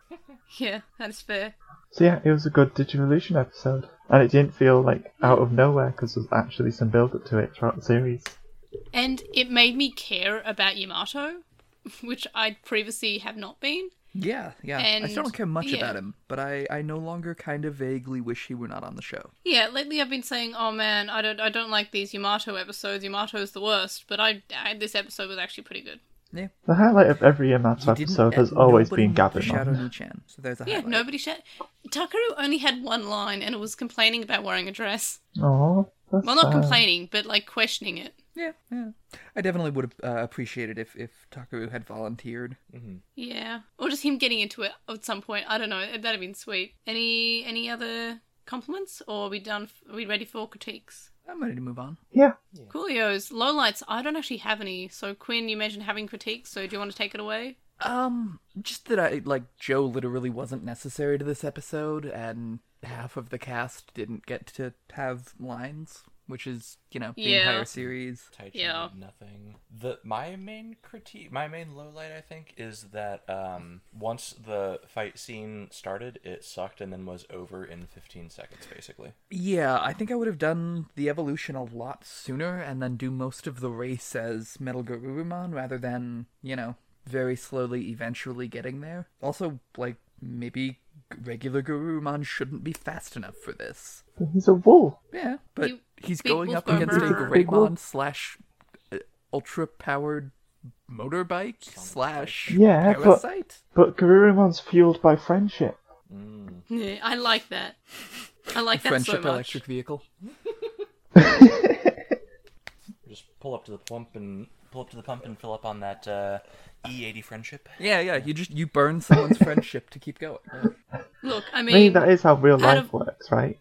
Yeah, that's fair. So yeah, it was a good Digivolution episode, and it didn't feel like out of nowhere because there's actually some build up to it throughout the series. And it made me care about Yamato, which I previously have not been. Yeah, yeah. I still And- don't care much yeah. about him, but I, I no longer kind of vaguely wish he were not on the show. Yeah, lately I've been saying, "Oh man, I don't, I don't like these Yamato episodes. Yamato's the worst." But I, I this episode was actually pretty good. Yeah. The highlight of every Yamato Didn't- episode has and always nobody been liked Shadow Gabumon. Nichan, so there's a Yeah, highlight. nobody shat. Takaru only had one line, and it was complaining about wearing a dress. Aww, that's Well, not sad. complaining, but like questioning it. Yeah, yeah. I definitely would have uh, appreciated if if Takaru had volunteered. Yeah, or just him getting into it at some point. I don't know. That'd have been sweet. Any any other compliments, or are we done? Are we ready for critiques? I'm ready to move on. Yeah, Coolios, lowlights. I don't actually have any. So Quinn, you mentioned having critiques. So do you want to take it away? Um, just that I like Joe literally wasn't necessary to this episode, and half of the cast didn't get to have lines, which is you know the Yeah. entire series. Taichi Yeah. did nothing. The my main critique, my main low light, I think, is that um, once the fight scene started, it sucked and then was over in 15 seconds, basically. Yeah, I think I would have done the evolution a lot sooner and then do most of the race as Metal Garurumon rather than, you know, very slowly eventually getting there. Also, like, maybe regular Garurumon shouldn't be fast enough for this. He's a wolf. Yeah, but You- he's Big going Wolf up against a Barber. Big Wolf. Greymon slash ultra powered motorbike slash Yeah, but- parasite. But Garurumon's fueled by friendship. Yeah, I like that. I like that so Friendship much. electric vehicle. Just pull up to the pump and pull up to the pump and fill up on that uh, E80 friendship. Yeah, yeah. You just you burn someone's friendship to keep going. Yeah, Look, I I mean, mean, that is how real out life of- works, right?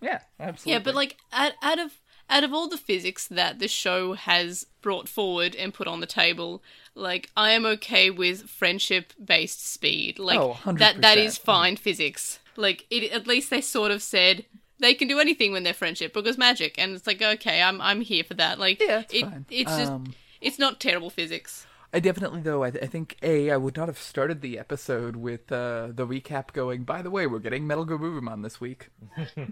yeah absolutely. yeah, but like out, out of out of all the physics that the show has brought forward and put on the table, like I am okay with friendship based speed. Like Oh, 100%. that that is fine physics. Like it, at least they sort of said they can do anything when they're friendship because magic, and it's like okay, I'm I'm here for that. Like Yeah, it's it, fine. it's just Um, it's not terrible physics. I definitely though I, I think a I would not have started the episode with uh, the recap going. By the way, we're getting Metal Garurumon this week.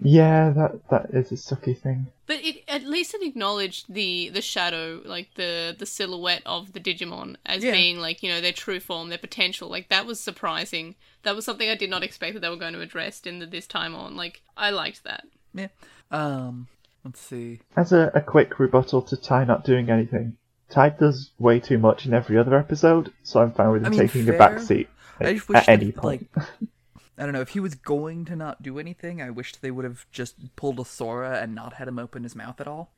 Yeah, that that is a sucky thing. But it at least it acknowledged the the shadow, like the the silhouette of the Digimon as Yeah. being like you know their true form, their potential. Like that was surprising. That was something I did not expect that they were going to address in the this time on. Like I liked that. Yeah. Um. Let's see. As a, a quick rebuttal to Ty not doing anything, Ty does way too much in every other episode, so I'm fine with him I mean, taking a fair. back seat I like, just wish at any that, point. like I don't know if he was going to not do anything. I wished they would have just pulled a Sora and not had him open his mouth at all.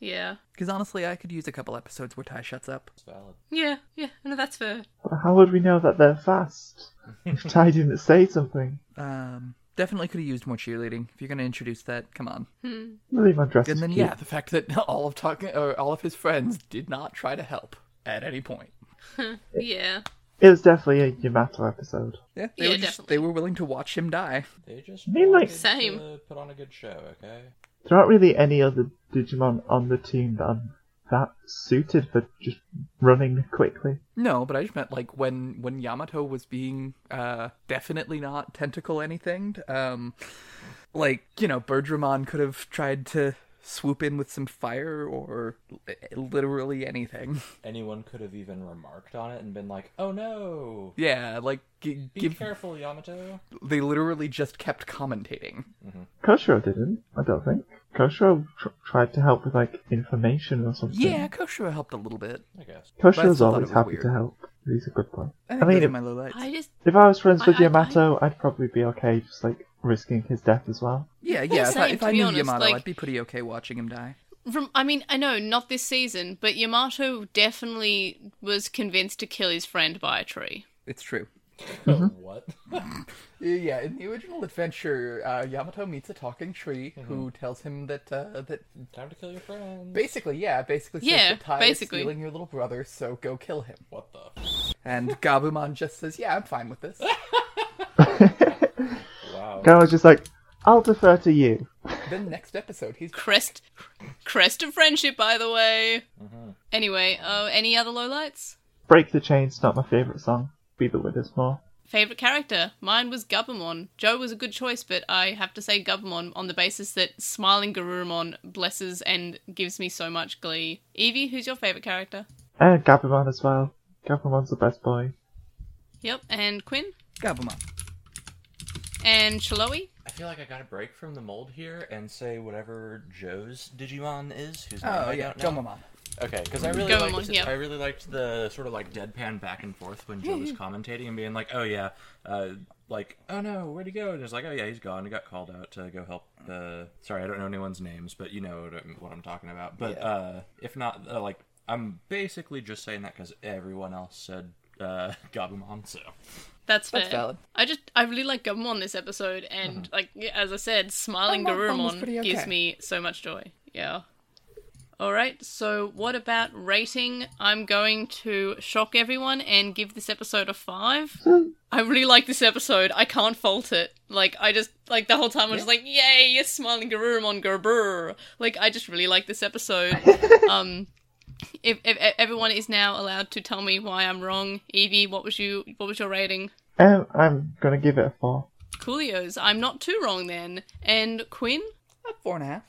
Yeah, Because honestly, I could use a couple episodes where Ty shuts up. It's valid. yeah, yeah. No, that's fair. But how would we know that they're fast if Ty didn't say something? Um. Definitely could have used more cheerleading. If you're going to introduce that, come on. Leave my dress. And then is cute. yeah, the fact that all of talking or all of his friends did not try to help at any point. Yeah, It was definitely a Yamato episode. Yeah, they Yeah, were just, definitely. they were willing to watch him die. They just mean, like- wanted Same. to put on a good show, okay? There aren't really any other Digimon on the team that I'm that suited for just running quickly. No, but I just meant like when when Yamato was being uh definitely not tentacle anything. Um, like you know, Birdramon could have tried to swoop in with some fire or li- literally anything. Anyone could have even remarked on it and been like, "Oh no, Yeah, like g- be give, careful, Yamato." they literally just kept commentating. Koshiro didn't, I don't think. Koshiro tr- tried to help with like information or something. Yeah, Koshiro helped a little bit. I guess. But I still Koshiro's thought always it was happy weird. to help. He's a good boy. I, I, think mean, those are if, my low lights. I just if I was friends with I- I- Yamato, I, would probably be okay just like risking his death as well. Yeah, yeah. If I, same, if to I be knew honest, Yamato, like- I'd be pretty okay watching him die. From, I mean, I know not this season, but Yamato definitely was convinced to kill his friend by a tree. It's true. Mm-hmm. What? Yeah, in the original adventure, uh, Yamato meets a talking tree who tells him that uh, that Time to kill your friend. basically, yeah, basically, says Yeah, that Tai basically. is stealing your little brother, so go kill him. What the? And Gabumon just says, "Yeah, I'm fine with this." Wow. Guy was just like, I'll defer to you. then next episode, he's Crest, crest of friendship, by the way. Anyway, oh, any other lowlights? Break the Chain's not my favourite song. Be the witness more. Favorite character? Mine was Gabumon. Joe was a good choice, but I have to say Gabumon on the basis that smiling Garurumon blesses and gives me so much glee. Evie, who's your favorite character? And Gabumon as well. Gabumon's the best boy. Yep, and Quinn Gabumon. and Chloe. I feel like I got a break from the mold here and say whatever Joe's Digimon is, who's Oh yeah, Gomamon. Okay, because I really Gomamon, liked yeah. I really liked the sort of like deadpan back and forth when Joe was Mm-hmm. commentating and being like, "Oh yeah, uh, like oh no, where'd he go?" And it's like, "Oh yeah, he's gone. He got called out to go help." Uh, sorry, I don't know anyone's names, but you know what I'm, what I'm talking about. But uh, if not, uh, like I'm basically just saying that because everyone else said uh, Gabumon, so That's fair. That's valid. Uh-huh. I just I really like Gabumon this episode, and like yeah, as I said, smiling Gabumon was Garurumon pretty okay. gives me so much joy. Yeah. All right. So what about rating? I'm going to shock everyone and give this episode a five. I really like this episode. I can't fault it. Like I just like the whole time I was just like, "Yay, yes, smiling Garurumon Garburr." Like I just really like this episode. um, if, if, if everyone is now allowed to tell me why I'm wrong, Evie, what was you what was your rating? Um, I'm gonna give it a four. Coolios, I'm not too wrong then. And Quinn, About four and a half.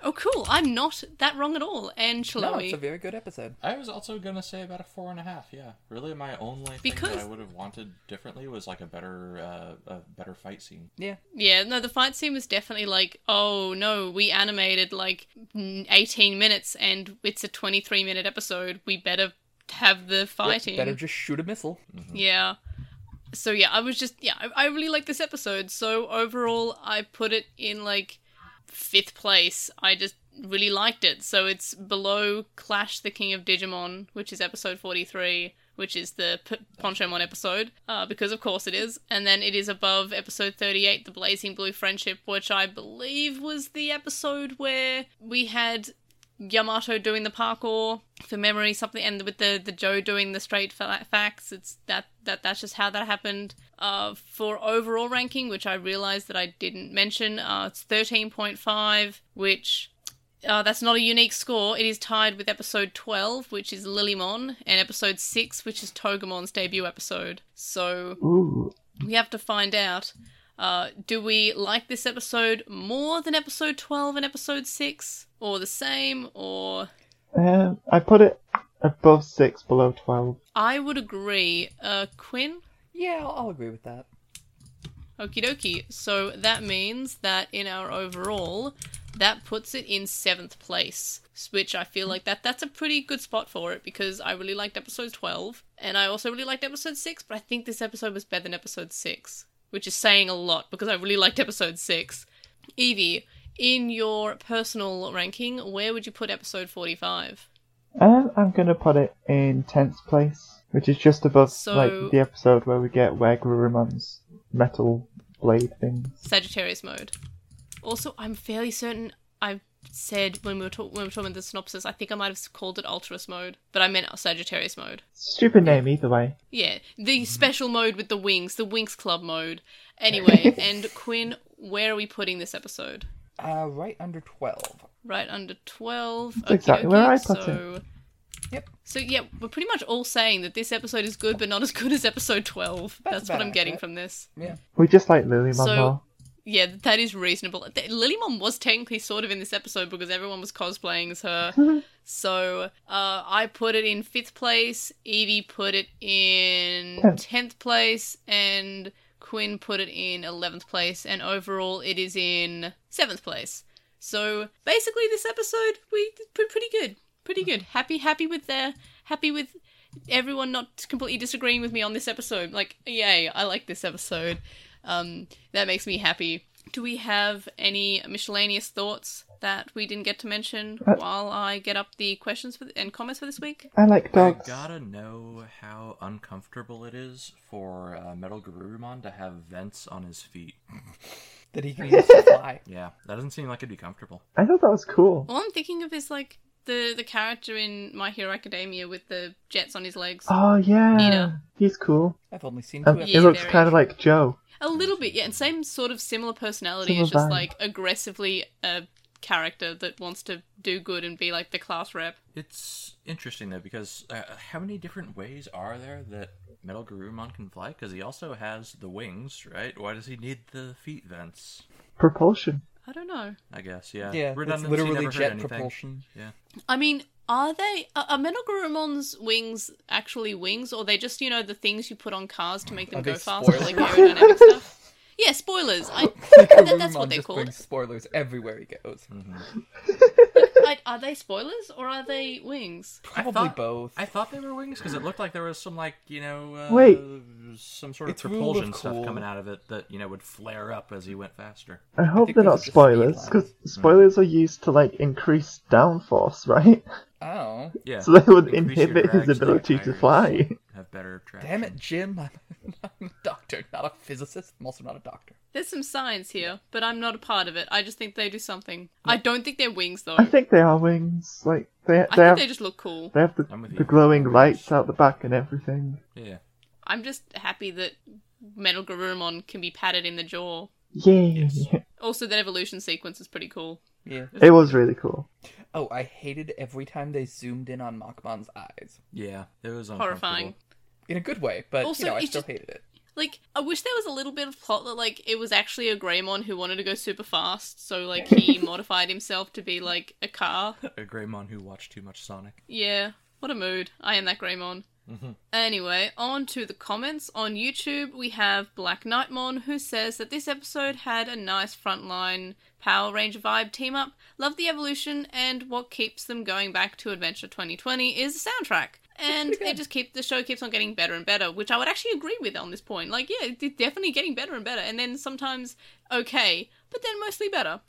oh cool, I'm not that wrong at all. And No, Chloe, it's a very good episode. I was also gonna say about a four and a half. Yeah, really, my only thing Because- that I would have wanted differently was like a better, uh, a better fight scene. Yeah. Yeah, no, the fight scene was definitely like, oh no, we animated like n- 18 minutes and it's a 23 minute episode. We better have the fighting. Better just shoot a missile. Yeah. So yeah, I was just, yeah, I, I really like this episode. So overall, I put it in like fifth place. I just really liked it. So it's below Clash the King of Digimon, which is episode 43. Which is the P- Ponchomon episode, uh, because of course it is. And then it is above episode 38, The Blazing Blue Friendship, which I believe was the episode where we had Yamato doing the parkour for memory something, and with the the Joe doing the straight fa- facts. It's that that that's just how that happened. Uh, for overall ranking, which I realized that I didn't mention, uh, it's thirteen point five, which. Uh, that's not a unique score. It is tied with episode 12, which is Lilymon, and episode 6, which is Togemon's debut episode. So, Ooh, we have to find out uh, do we like this episode more than episode 12 and episode 6 or the same or um, I put it above six, below twelve. i would agree uh, quinn Yeah, I'll, I'll agree with that. okie dokie so that means that in our overall that puts it in seventh place which i feel like that that's a pretty good spot for it because i really liked episode 12 and i also really liked episode 6 but i think this episode was better than episode 6 which is saying a lot because i really liked episode 6 evie in your personal ranking where would you put episode 45 Um, I'm gonna put it in tenth place, which is just above So- like the episode where we get where Gurumon's metal blade things. Sagittarius mode. Also, I'm fairly certain I said when we were, ta- when we were talking about the synopsis, I think I might have called it Ultras mode, but I meant Sagittarius mode. Stupid name either way. Yeah, Mm-hmm. the special mode with the wings, the Winx Club mode. Anyway, and Quinn, where are we putting this episode? Uh, right under 12. Right under 12. That's exactly where I put it. so... Yep. So, yeah, we're pretty much all saying that this episode is good, but not as good as episode 12. That's That's, what about I'm getting accurate. from this. Yeah. We just like Lily so... So- Yeah, that is reasonable. Th- Lilymon was technically sort of in this episode because everyone was cosplaying as her. so uh, I put it in fifth place, Evie put it in Tenth. tenth place, and Quinn put it in eleventh place, and overall it is in seventh place. So basically, this episode we put pretty good, pretty good. Happy, happy with their happy with everyone not completely disagreeing with me on this episode. Like, yay, I like this episode. Um, that makes me happy. Do we have any miscellaneous thoughts that we didn't get to mention Uh, while I get up the questions for and comments for this week? I like dogs. I gotta know how uncomfortable it is for uh, Metal Garurumon to have vents on his feet. That he can use to fly. Yeah, that doesn't seem like it'd be comfortable. I thought that was cool. All I'm thinking of is like the the character in My Hero Academia with the jets on his legs. Oh yeah, Nina. he's cool. I've only seen two Um, episodes. Yeah, it looks very. kind of like Joe. A little bit, yeah, and same sort of similar personality. Similar it's just vibe. like aggressively a character that wants to do good and be like the class rep. It's interesting though because uh, how many different ways are there that Metal Garurumon can fly? Because he also has the wings, right? Why does he need the feet vents? Propulsion. I don't know. I guess, yeah. Yeah, it's Redundancy literally never hurt jet anything. propulsion. Yeah. I mean, are they are, are Menogurumon's wings actually wings, or they just you know the things you put on cars to make them Are they go faster, like spoilers? aerodynamic stuff? Yeah, spoilers. I, I think that's Garurumon what they're just called. brings spoilers everywhere he goes. I, are they spoilers or are they wings? Probably I thought, both. I thought they were wings because it looked like there was some like you know uh, Wait. some sort of It's rule of propulsion stuff cool. coming out of it that you know would flare up as he went faster. I hope think they're those are not just speed spoilers, lines. because spoilers are used to like increase downforce, right? Oh. Yeah. So they would Increase your inhibit his drag so the ability to tires fly. Have better traction. Damn it, Jim. I'm, I'm a doctor, not a physicist. I'm also not a doctor. There's some science here, but I'm not a part of it. I just think they do something. I don't think they're wings though. I think they are wings. Like they, I they think have, they just look cool. they have the, I'm with the you. glowing lights out the back and everything. Yeah. I'm just happy that Metal Garurumon can be patted in the jaw. Yay! Also, that evolution sequence is pretty cool. Yeah. It was really cool. Oh, I hated every time they zoomed in on Makman's eyes. Yeah, it was Horrifying. In a good way, but Also, you know, I it's still just- hated it. Like, I wish there was a little bit of plot that, like, it was actually a Greymon who wanted to go super fast, so, like, he modified himself to be, like, a car. A Greymon who watched too much Sonic. Yeah, what a mood. I am that Greymon. Mm-hmm. Anyway, on to the comments. On YouTube, we have Black Nightmon who says that this episode had a nice frontline Power Ranger vibe team up. Love the evolution, and what keeps them going back to Adventure 2020 is the soundtrack. And they just keep the show keeps on getting better and better, which I would actually agree with on this point. Like, yeah, it's definitely getting better and better, and then sometimes okay, but then mostly better.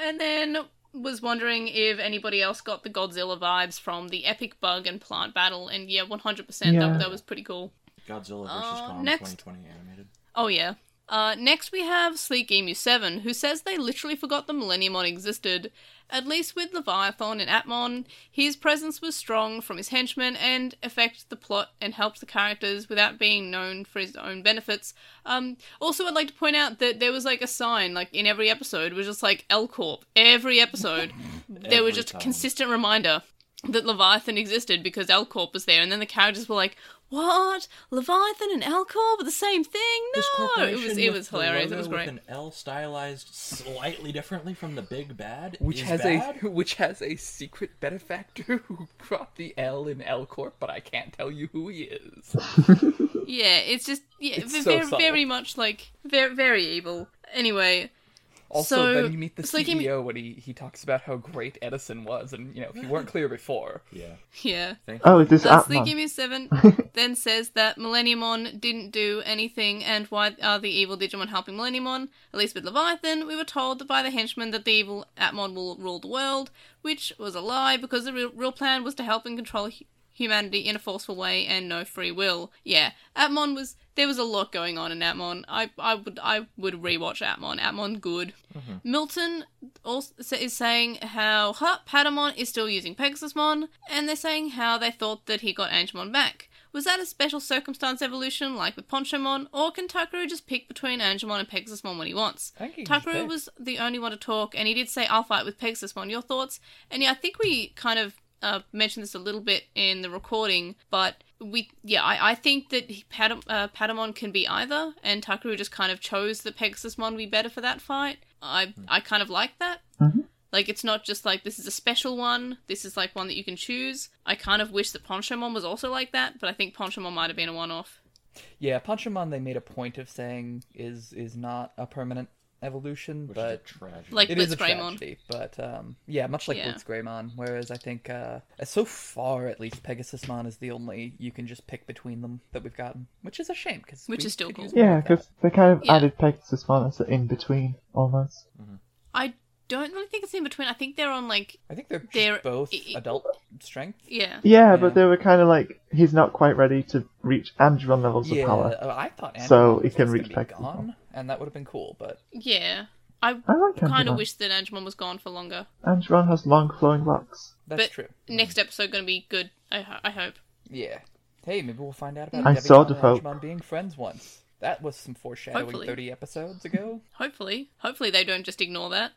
And then was wondering if anybody else got the Godzilla vibes from the epic bug and plant battle, and yeah, 100%, Yeah. That, that was pretty cool. Godzilla vs. Uh, Kong next. 2020 animated. Oh, yeah. Uh, next, we have Sleek Emu 7, who says they literally forgot the Millenniumon existed. At least with Leviathan and Atmon, his presence was strong from his henchmen and affect the plot and helped the characters without being known for his own benefits. Um, also, I'd like to point out that there was like a sign, like in every episode, was just like L Corp. Every episode, there was Every just a time. consistent reminder that Leviathan existed because L Corp was there, and then the characters were like, "What? Leviathan and L Corp are the same thing? No!" It was it was hilarious. It was great. an L stylized slightly differently from the big bad. Which has a which has a secret benefactor who brought the L in L Corp, but I can't tell you who he is. Yeah, it's just yeah, It's ve- so very, subtle. very much like very very evil. Anyway, Also, So, then you meet the it's like him- CEO when he, he talks about how great Edison was, and you know if you weren't clear before, Yeah. yeah. Thank you. Oh, is this Uh, Atman? Sleeky Muse 7 then says that Millenniumon didn't do anything, and why are the evil Digimon helping Millenniumon? At least with Leviathan, we were told by the henchmen that the evil Atmon will rule the world, which was a lie because the real, real plan was to help and control hu- humanity in a forceful way and no free will. Yeah, Atmon was. There was a lot going on in Atmon. I, I would I would rewatch Atmon. Atmon good. Mm. Milton also is saying how huh, Patamon is still using Pegasusmon, and they're saying how they thought that he got Angemon back. Was that a special circumstance evolution like with Ponchomon, or can Takaru just pick between Angemon and Pegasusmon when he wants? I think he can just Takaru pick. was the only one to talk, and he did say, I'll fight with Pegasusmon. Your thoughts? And yeah, I think we kind of uh, mentioned this a little bit in the recording, but we, yeah, I, I think that he, Pat, uh, Patamon can be either, and Takaru just kind of chose that Pegasusmon would be better for that fight. I, I kind of like that. Like it's not just like this is a special one. This is like one that you can choose. I kind of wish that Ponchomon was also like that, but I think Ponchomon might have been a one-off. yeah, Panchamon they made a point of saying is is not a permanent evolution, Which is a but tragedy. Like it is a Blitzcraymon. tragedy. But um, yeah, much like Yeah. Blitzgraymon. Whereas I think uh, so far at least Pegasusmon is the only you can just pick between them that we've gotten, which is a shame because Which is still cool. Yeah, because they kind of Yeah. added Pegasus Mon as an in between almost. I don't really think it's in between. I think they're on like I think they're, just They're- both i- i- adult strength. yeah. Yeah, Yeah. but they were kind of like he's not quite ready to reach Andron levels yeah, of power. uh, I thought So Andromeda it can was reach gonna be back to gone, and that would have been cool. But Yeah. I I like kind of Andron. wish that Angemon was gone for longer. Andron has long flowing locks. that's But- true. Next episode going to be good. I, ho- I hope. Yeah. Hey, maybe we'll find out about I Debbie saw John the and folk. Digimon being friends once. That was some foreshadowing Hopefully. 30 episodes ago. Hopefully, hopefully they don't just ignore that.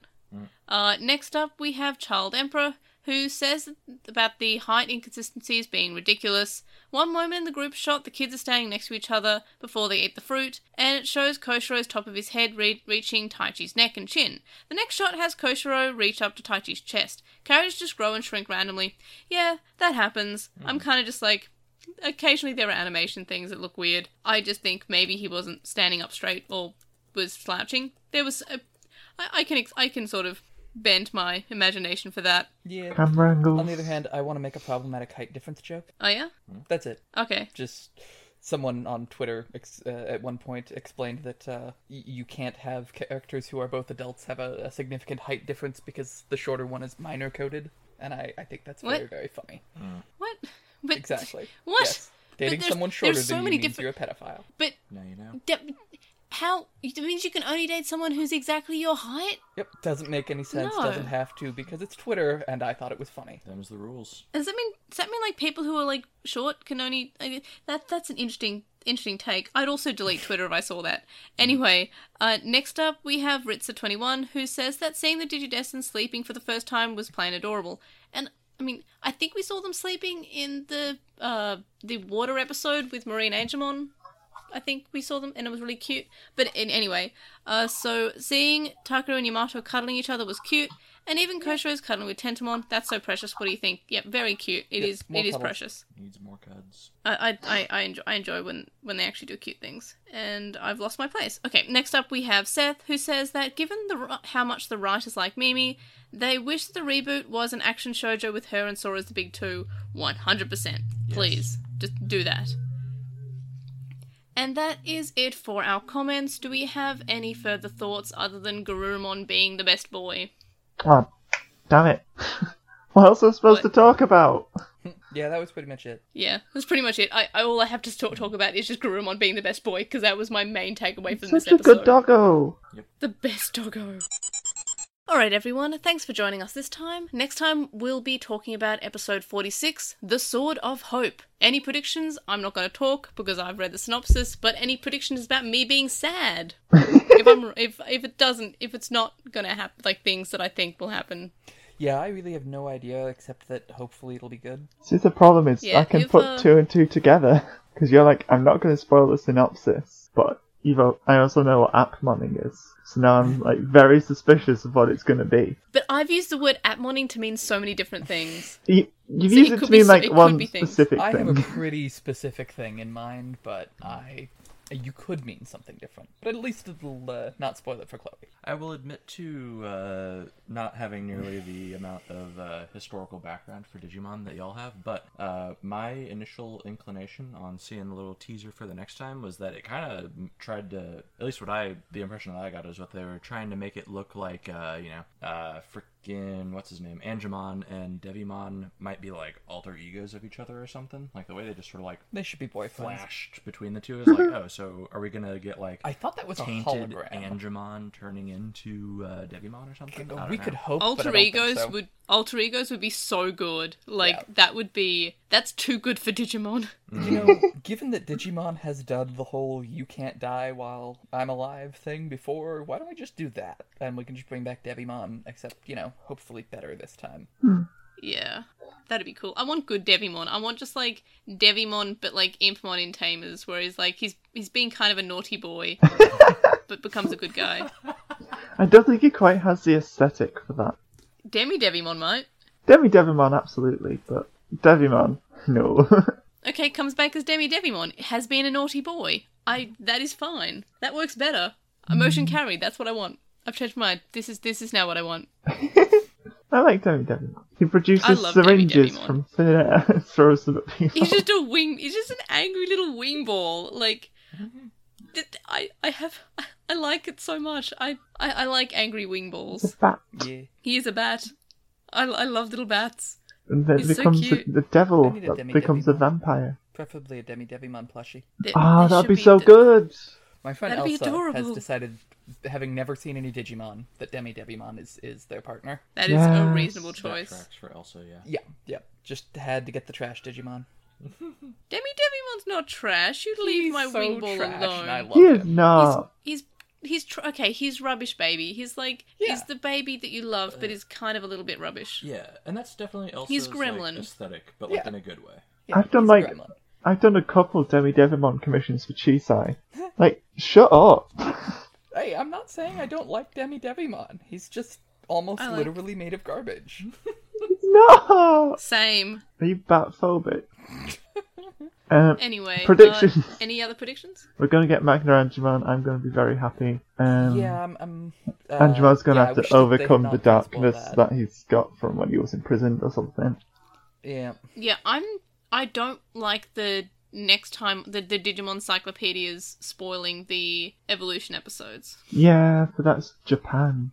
Uh, next up, we have Child Emperor, who says about the height inconsistencies being ridiculous. One moment in the group shot, the kids are standing next to each other before they eat the fruit, and it shows Koshiro's top of his head re- reaching Taichi's neck and chin. The next shot has Koshiro reach up to Taichi's chest. Characters just grow and shrink randomly. Yeah, that happens. I'm kind of just like, occasionally there are animation things that look weird. I just think maybe he wasn't standing up straight or was slouching. There was a, I, I can ex- I can sort of bend my imagination for that. Yeah. Camera angles. On the other hand, I want to make a problematic height difference joke. Oh yeah, That's it. okay. Just someone on Twitter ex- uh, at one point explained that uh, y- you can't have characters who are both adults have a, a significant height difference because the shorter one is minor coded. And I, I think that's What? very, very funny. What? But, Exactly. What? Yes. Dating there's- someone there's shorter so than many you means different- you're a pedophile. But now you know. that, how? It means you can only date someone who's exactly your height. Yep, doesn't make any sense, No. doesn't have to, because it's Twitter, and I thought it was funny. Them's the rules. Does that mean? Does that mean like people who are like short can only? I- That that's an interesting interesting take. I'd also delete Twitter if I saw that. Anyway, uh, next up we have Ritzer21, who says that seeing the Digidestin sleeping for the first time was plain adorable. And I mean, I think we saw them sleeping in the uh, the water episode with Marine Angemon. I think we saw them, and it was really cute. But in, anyway, uh, so seeing Takaru and Yamato cuddling each other was cute, and even Koshiro's cuddling with Tentamon. That's so precious. What do you think? Yep, very cute. It is. more It is cuddles. precious. Needs more cuds. I, I, I, I enjoy, I enjoy when, when they actually do cute things. And I've lost my place. Okay, next up we have Seth, who says that given the ri- how much the writers like Mimi, they wish that the reboot was an action shoujo with her and Sora as the big two. 100%. Please, just do that. And that is it for our comments. Do we have any further thoughts other than Garurumon being the best boy? Oh, damn it. what else am I supposed What? to talk about? Yeah, that was pretty much it. Yeah, that's pretty much it. I, I all I have to talk, talk about is just Garurumon being the best boy because that was my main takeaway from this Such a episode. good doggo. The best doggo. Alright, everyone, thanks for joining us this time. Next time, we'll be talking about episode 46 The Sword of Hope. Any predictions? I'm not going to talk because I've read the synopsis, but any predictions about me being sad? if, I'm, if, if it doesn't, if it's not going to happen, like things that I think will happen. Yeah, I really have no idea except that hopefully it'll be good. See, the problem is Yeah, I can if, put uh, two and two together because you're like, I'm not going to spoil the synopsis, but you've al- I also know what apmoning is, so now I'm like very suspicious of what it's going to be. But I've used the word atmoning to mean so many different things. You, you've So used it it could to be mean so- it like could one be things. specific I have a thing. pretty specific thing in mind, but I you could mean something different. But at least it'll uh, not spoil it for Chloe. I will admit to uh, not having nearly the amount of uh, historical background for Digimon that y'all have, but uh, my initial inclination on seeing the little teaser for the next time was that it kind of tried to, at least what I, the impression that I got is what they were trying to make it look like, uh, you know, uh, freaking, what's his name, Angemon and Devimon might be like alter egos of each other or something. Like the way they just sort of like They should be boyfriends. flashed between the two is like, oh, so are we gonna get like I thought that was a tainted hologram. Angemon turning into uh, Devimon or something? I don't we know. could hope. but I don't Alter think egos so. would alter egos would be so good. Like Yeah. that would be that's too good for Digimon. You know, given that Digimon has done the whole "you can't die while I'm alive" thing before, why don't we just do that? And we can just bring back Devimon, except you know, hopefully better this time. Yeah, that'd be cool. I want good Devimon. I want just like Devimon, but like Impmon in Tamers, where he's like he's he's being kind of a naughty boy, but becomes a good guy. I don't think it quite has the aesthetic for that. Demi Devimon might. Demi Devimon, absolutely, but Devimon, no. Okay, comes back as Demi Devimon. Has been a naughty boy. I that is fine. That works better. Emotion carried. That's what I want. I've changed my mind. This is this is now what I want. I like Demi Devimon. He I produces love Demi syringes Devimon. from thin air and throws them at people. He's just a wing. He's just an angry little wing ball. Like, th- th- I, I have, I like it so much. I, I, I like angry wing balls. Bat. Yeah, He is a bat. I, I love little bats. And then He's so becomes the, cute. the devil I need a that Demi becomes a Devimon. vampire. preferably a Demi Devimon plushie. Th- Ah, they that'd should be so th- good. My friend That'd be Elsa has adorable. decided, having never seen any Digimon, that Demi Devimon is is their partner. That is a Yes. reasonable That choice. tracks for Elsa, yeah. Yeah, yeah. Just had to get the trash Digimon. Demi Devimon's not trash. You leave my so wing ball trash, alone. and I love He is him. not. He's he's tr- okay. He's rubbish, baby. He's like he's Yeah. the baby that you love, but is kind of a little bit rubbish. Yeah, and that's definitely Elsa's He's like, gremlin. aesthetic, but like Yeah. in a good way. Yeah, I've done he's a like- gremlin. I've done a couple Demi Devimon commissions for Chisai. Like, shut up. Hey, I'm not saying I don't like Demi Devimon. He's just almost I like- literally made of garbage. No! Same. Are you batphobic? um, Anyway. uh, Predictions. any other predictions? we're going to get Magna Angemon. I'm going to be very happy. Um, yeah, I'm. I'm uh, Angemon's going to yeah, I wish that have to they had overcome not the transport darkness that. that. he's got from when he was in prison or something. Yeah. Yeah, I'm. I don't like the next time the the Digimon Cyclopedias spoiling the evolution episodes. Yeah, but that's Japan.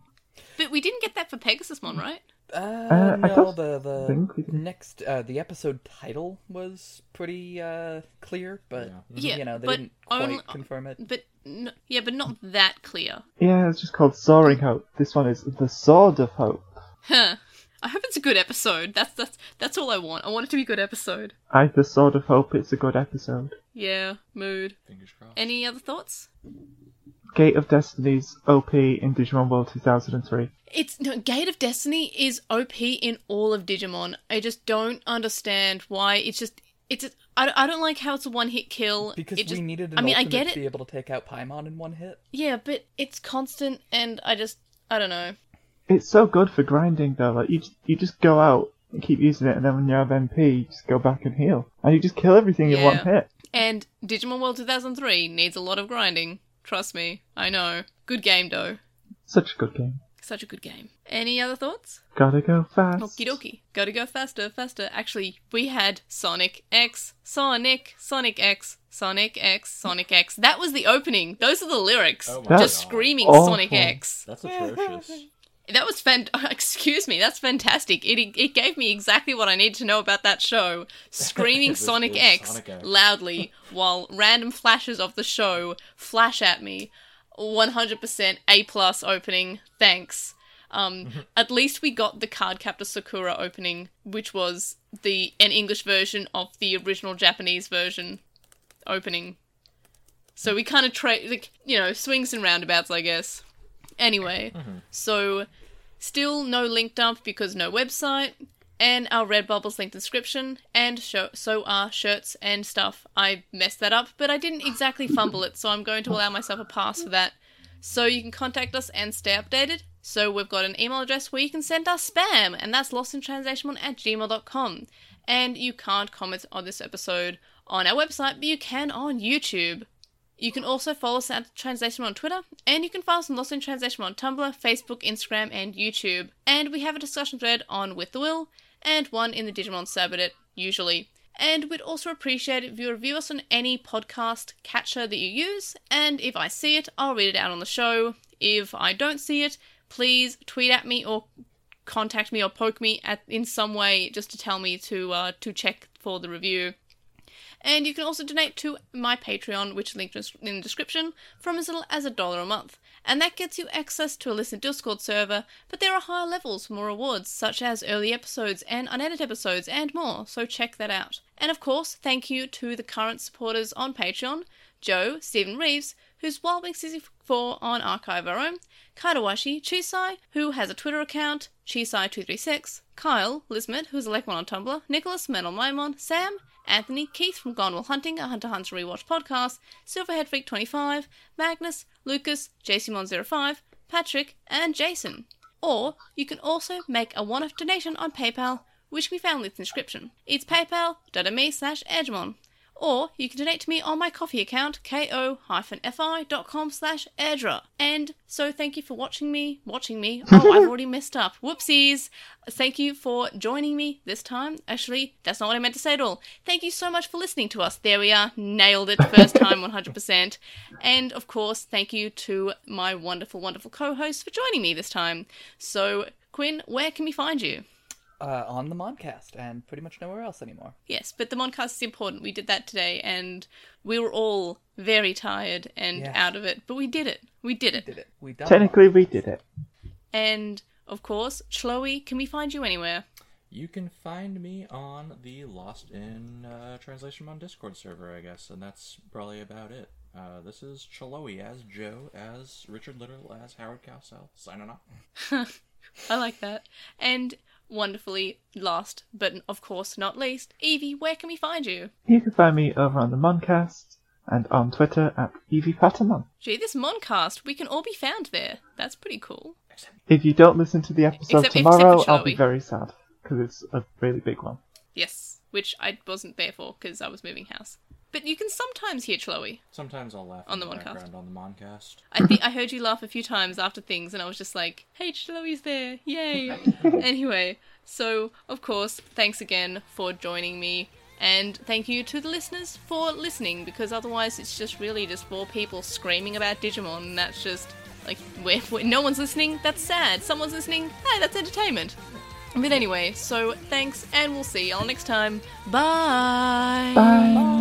But we didn't get that for Pegasusmon, right? Uh, I no, don't the the think we can- next uh, the episode title was pretty uh, clear, but Yeah. you know they but didn't quite only- confirm it. But n yeah, but not that clear. Yeah, it's just called Soaring Hope. This one is The Sword of Hope. Huh. I hope it's a good episode. That's that's that's all I want. I want it to be a good episode. I just sort of hope it's a good episode. Yeah, mood. Fingers crossed. Any other thoughts? Gate of Destiny's OP in Digimon World 2003. It's no Gate of Destiny is OP in all of Digimon. I just don't understand why it's just it's a- I, I don't like how it's a one hit kill. Because it just, we needed an I mean I ultimate get to be it. able to take out Paimon in one hit. Yeah, but it's constant and I just I don't know. It's so good for grinding though. Like you, you just go out and keep using it, and then when you're out of MP, you just go back and heal, and you just kill everything in one Yeah. hit. And Digimon World 2003 needs a lot of grinding. Trust me, I know. Good game though. Such a good game. Such a good game. Any other thoughts? Gotta go fast. Okie dokie. Gotta go faster, faster. Actually, we had Sonic X, Sonic, Sonic X, Sonic X, Sonic X. That was the opening. Those are the lyrics. Oh my Just God. screaming Awful. Sonic X. That's atrocious. That was fan. Excuse me, that's fantastic. It it gave me exactly what I need to know about that show. Screaming This Sonic is X, Sonic X. loudly while random flashes of the show flash at me. One hundred percent A plus opening. Thanks. Um, at least we got the Card Captor Sakura opening, which was the an English version of the original Japanese version opening. So we kind of trade, like you know, swings and roundabouts, I guess. Anyway, Mm-hmm. so Still no link dump because no website, and our Redbubble's linked description, and sho so are shirts and stuff. I messed that up, but I didn't exactly fumble it, so I'm going to allow myself a pass for that. So you can contact us and stay updated. So we've got an email address where you can send us spam, and that's lostintranslationmon at gmail.com. And you can't comment on this episode on our website, but you can on YouTube. You can also follow us at Translation on Twitter, and you can find us on Lost in Translation on Tumblr, Facebook, Instagram, and YouTube. And we have a discussion thread on With the Will, and one in the Digimon Sabadit, usually. And we'd also appreciate it if you review us on any podcast catcher that you use, and if I see it, I'll read it out on the show. If I don't see it, please tweet at me or contact me or poke me at in some way just to tell me to uh, to check for the review. And you can also donate to my Patreon, which is linked in the description, from as little as a dollar a month. And that gets you access to a listener Discord server, but there are higher levels for more rewards, such as early episodes and unedited episodes and more, so check that out. And of course, thank you to the current supporters on Patreon Joe, Stephen Reeves, who's Wildwing64 on Archive Our Own, Kaidawashi, Chisai, who has a Twitter account, Chisai236, Kyle, Lismet, who's a Lekmon on Tumblr, Nicholas, Menel Maimon, Sam, Anthony, Keith from Gone While Hunting, a Hunter x Hunter Rewatch podcast, Silverhead Freak 25, Magnus, Lucas, JCMon05, Patrick, and Jason. Or you can also make a one off donation on PayPal, which can be found in the description. It's paypal.me E slash edgemon. Or you can donate to me on my coffee account, ko-fi.com slash airdra. And so thank you for watching me, watching me. Oh, I've already messed up. Whoopsies. Thank you for joining me this time. Actually, that's not what I meant to say at all. Thank you so much for listening to us. There we are. Nailed it. First time, 100%. And of course, thank you to my wonderful, wonderful co-host for joining me this time. So, Quinn, where can we find you? Uh, on the Moncast and pretty much nowhere else anymore. Yes, but the Moncast is important. We did that today, and we were all very tired and Yes. out of it, but we did it. We did it. Did it? We done Technically, we did it. And of course, Chloe, can we find you anywhere? You can find me on the Lost in uh, Translation on Discord server, I guess, and that's probably about it. Uh, this is Chaloe as Joe, as Richard Little, as Howard Cowsell, signing off. I like that. And wonderfully, last but of course not least, Evie, where can we find you? You can find me over on the Moncast and on Twitter at EVPattermon. Gee, this Moncast, we can all be found there. That's pretty cool. If you don't listen to the episode Except- except for tomorrow, I'll Chloe. be very sad because it's a really big one. Yes, which I wasn't there for because I was moving house. But you can sometimes hear Chloe. Sometimes I'll laugh On in the Moncast. background on the Moncast. I think I heard you laugh a few times after things, and I was just like, "Hey, Chloe's there! Yay!" anyway, so of course, thanks again for joining me, and thank you to the listeners for listening, because otherwise, it's just really just four people screaming about Digimon, and that's just like, we no one's listening. That's sad. Someone's listening. Hey, that's entertainment. But anyway, so thanks, and we'll see y'all next time. Bye. Bye.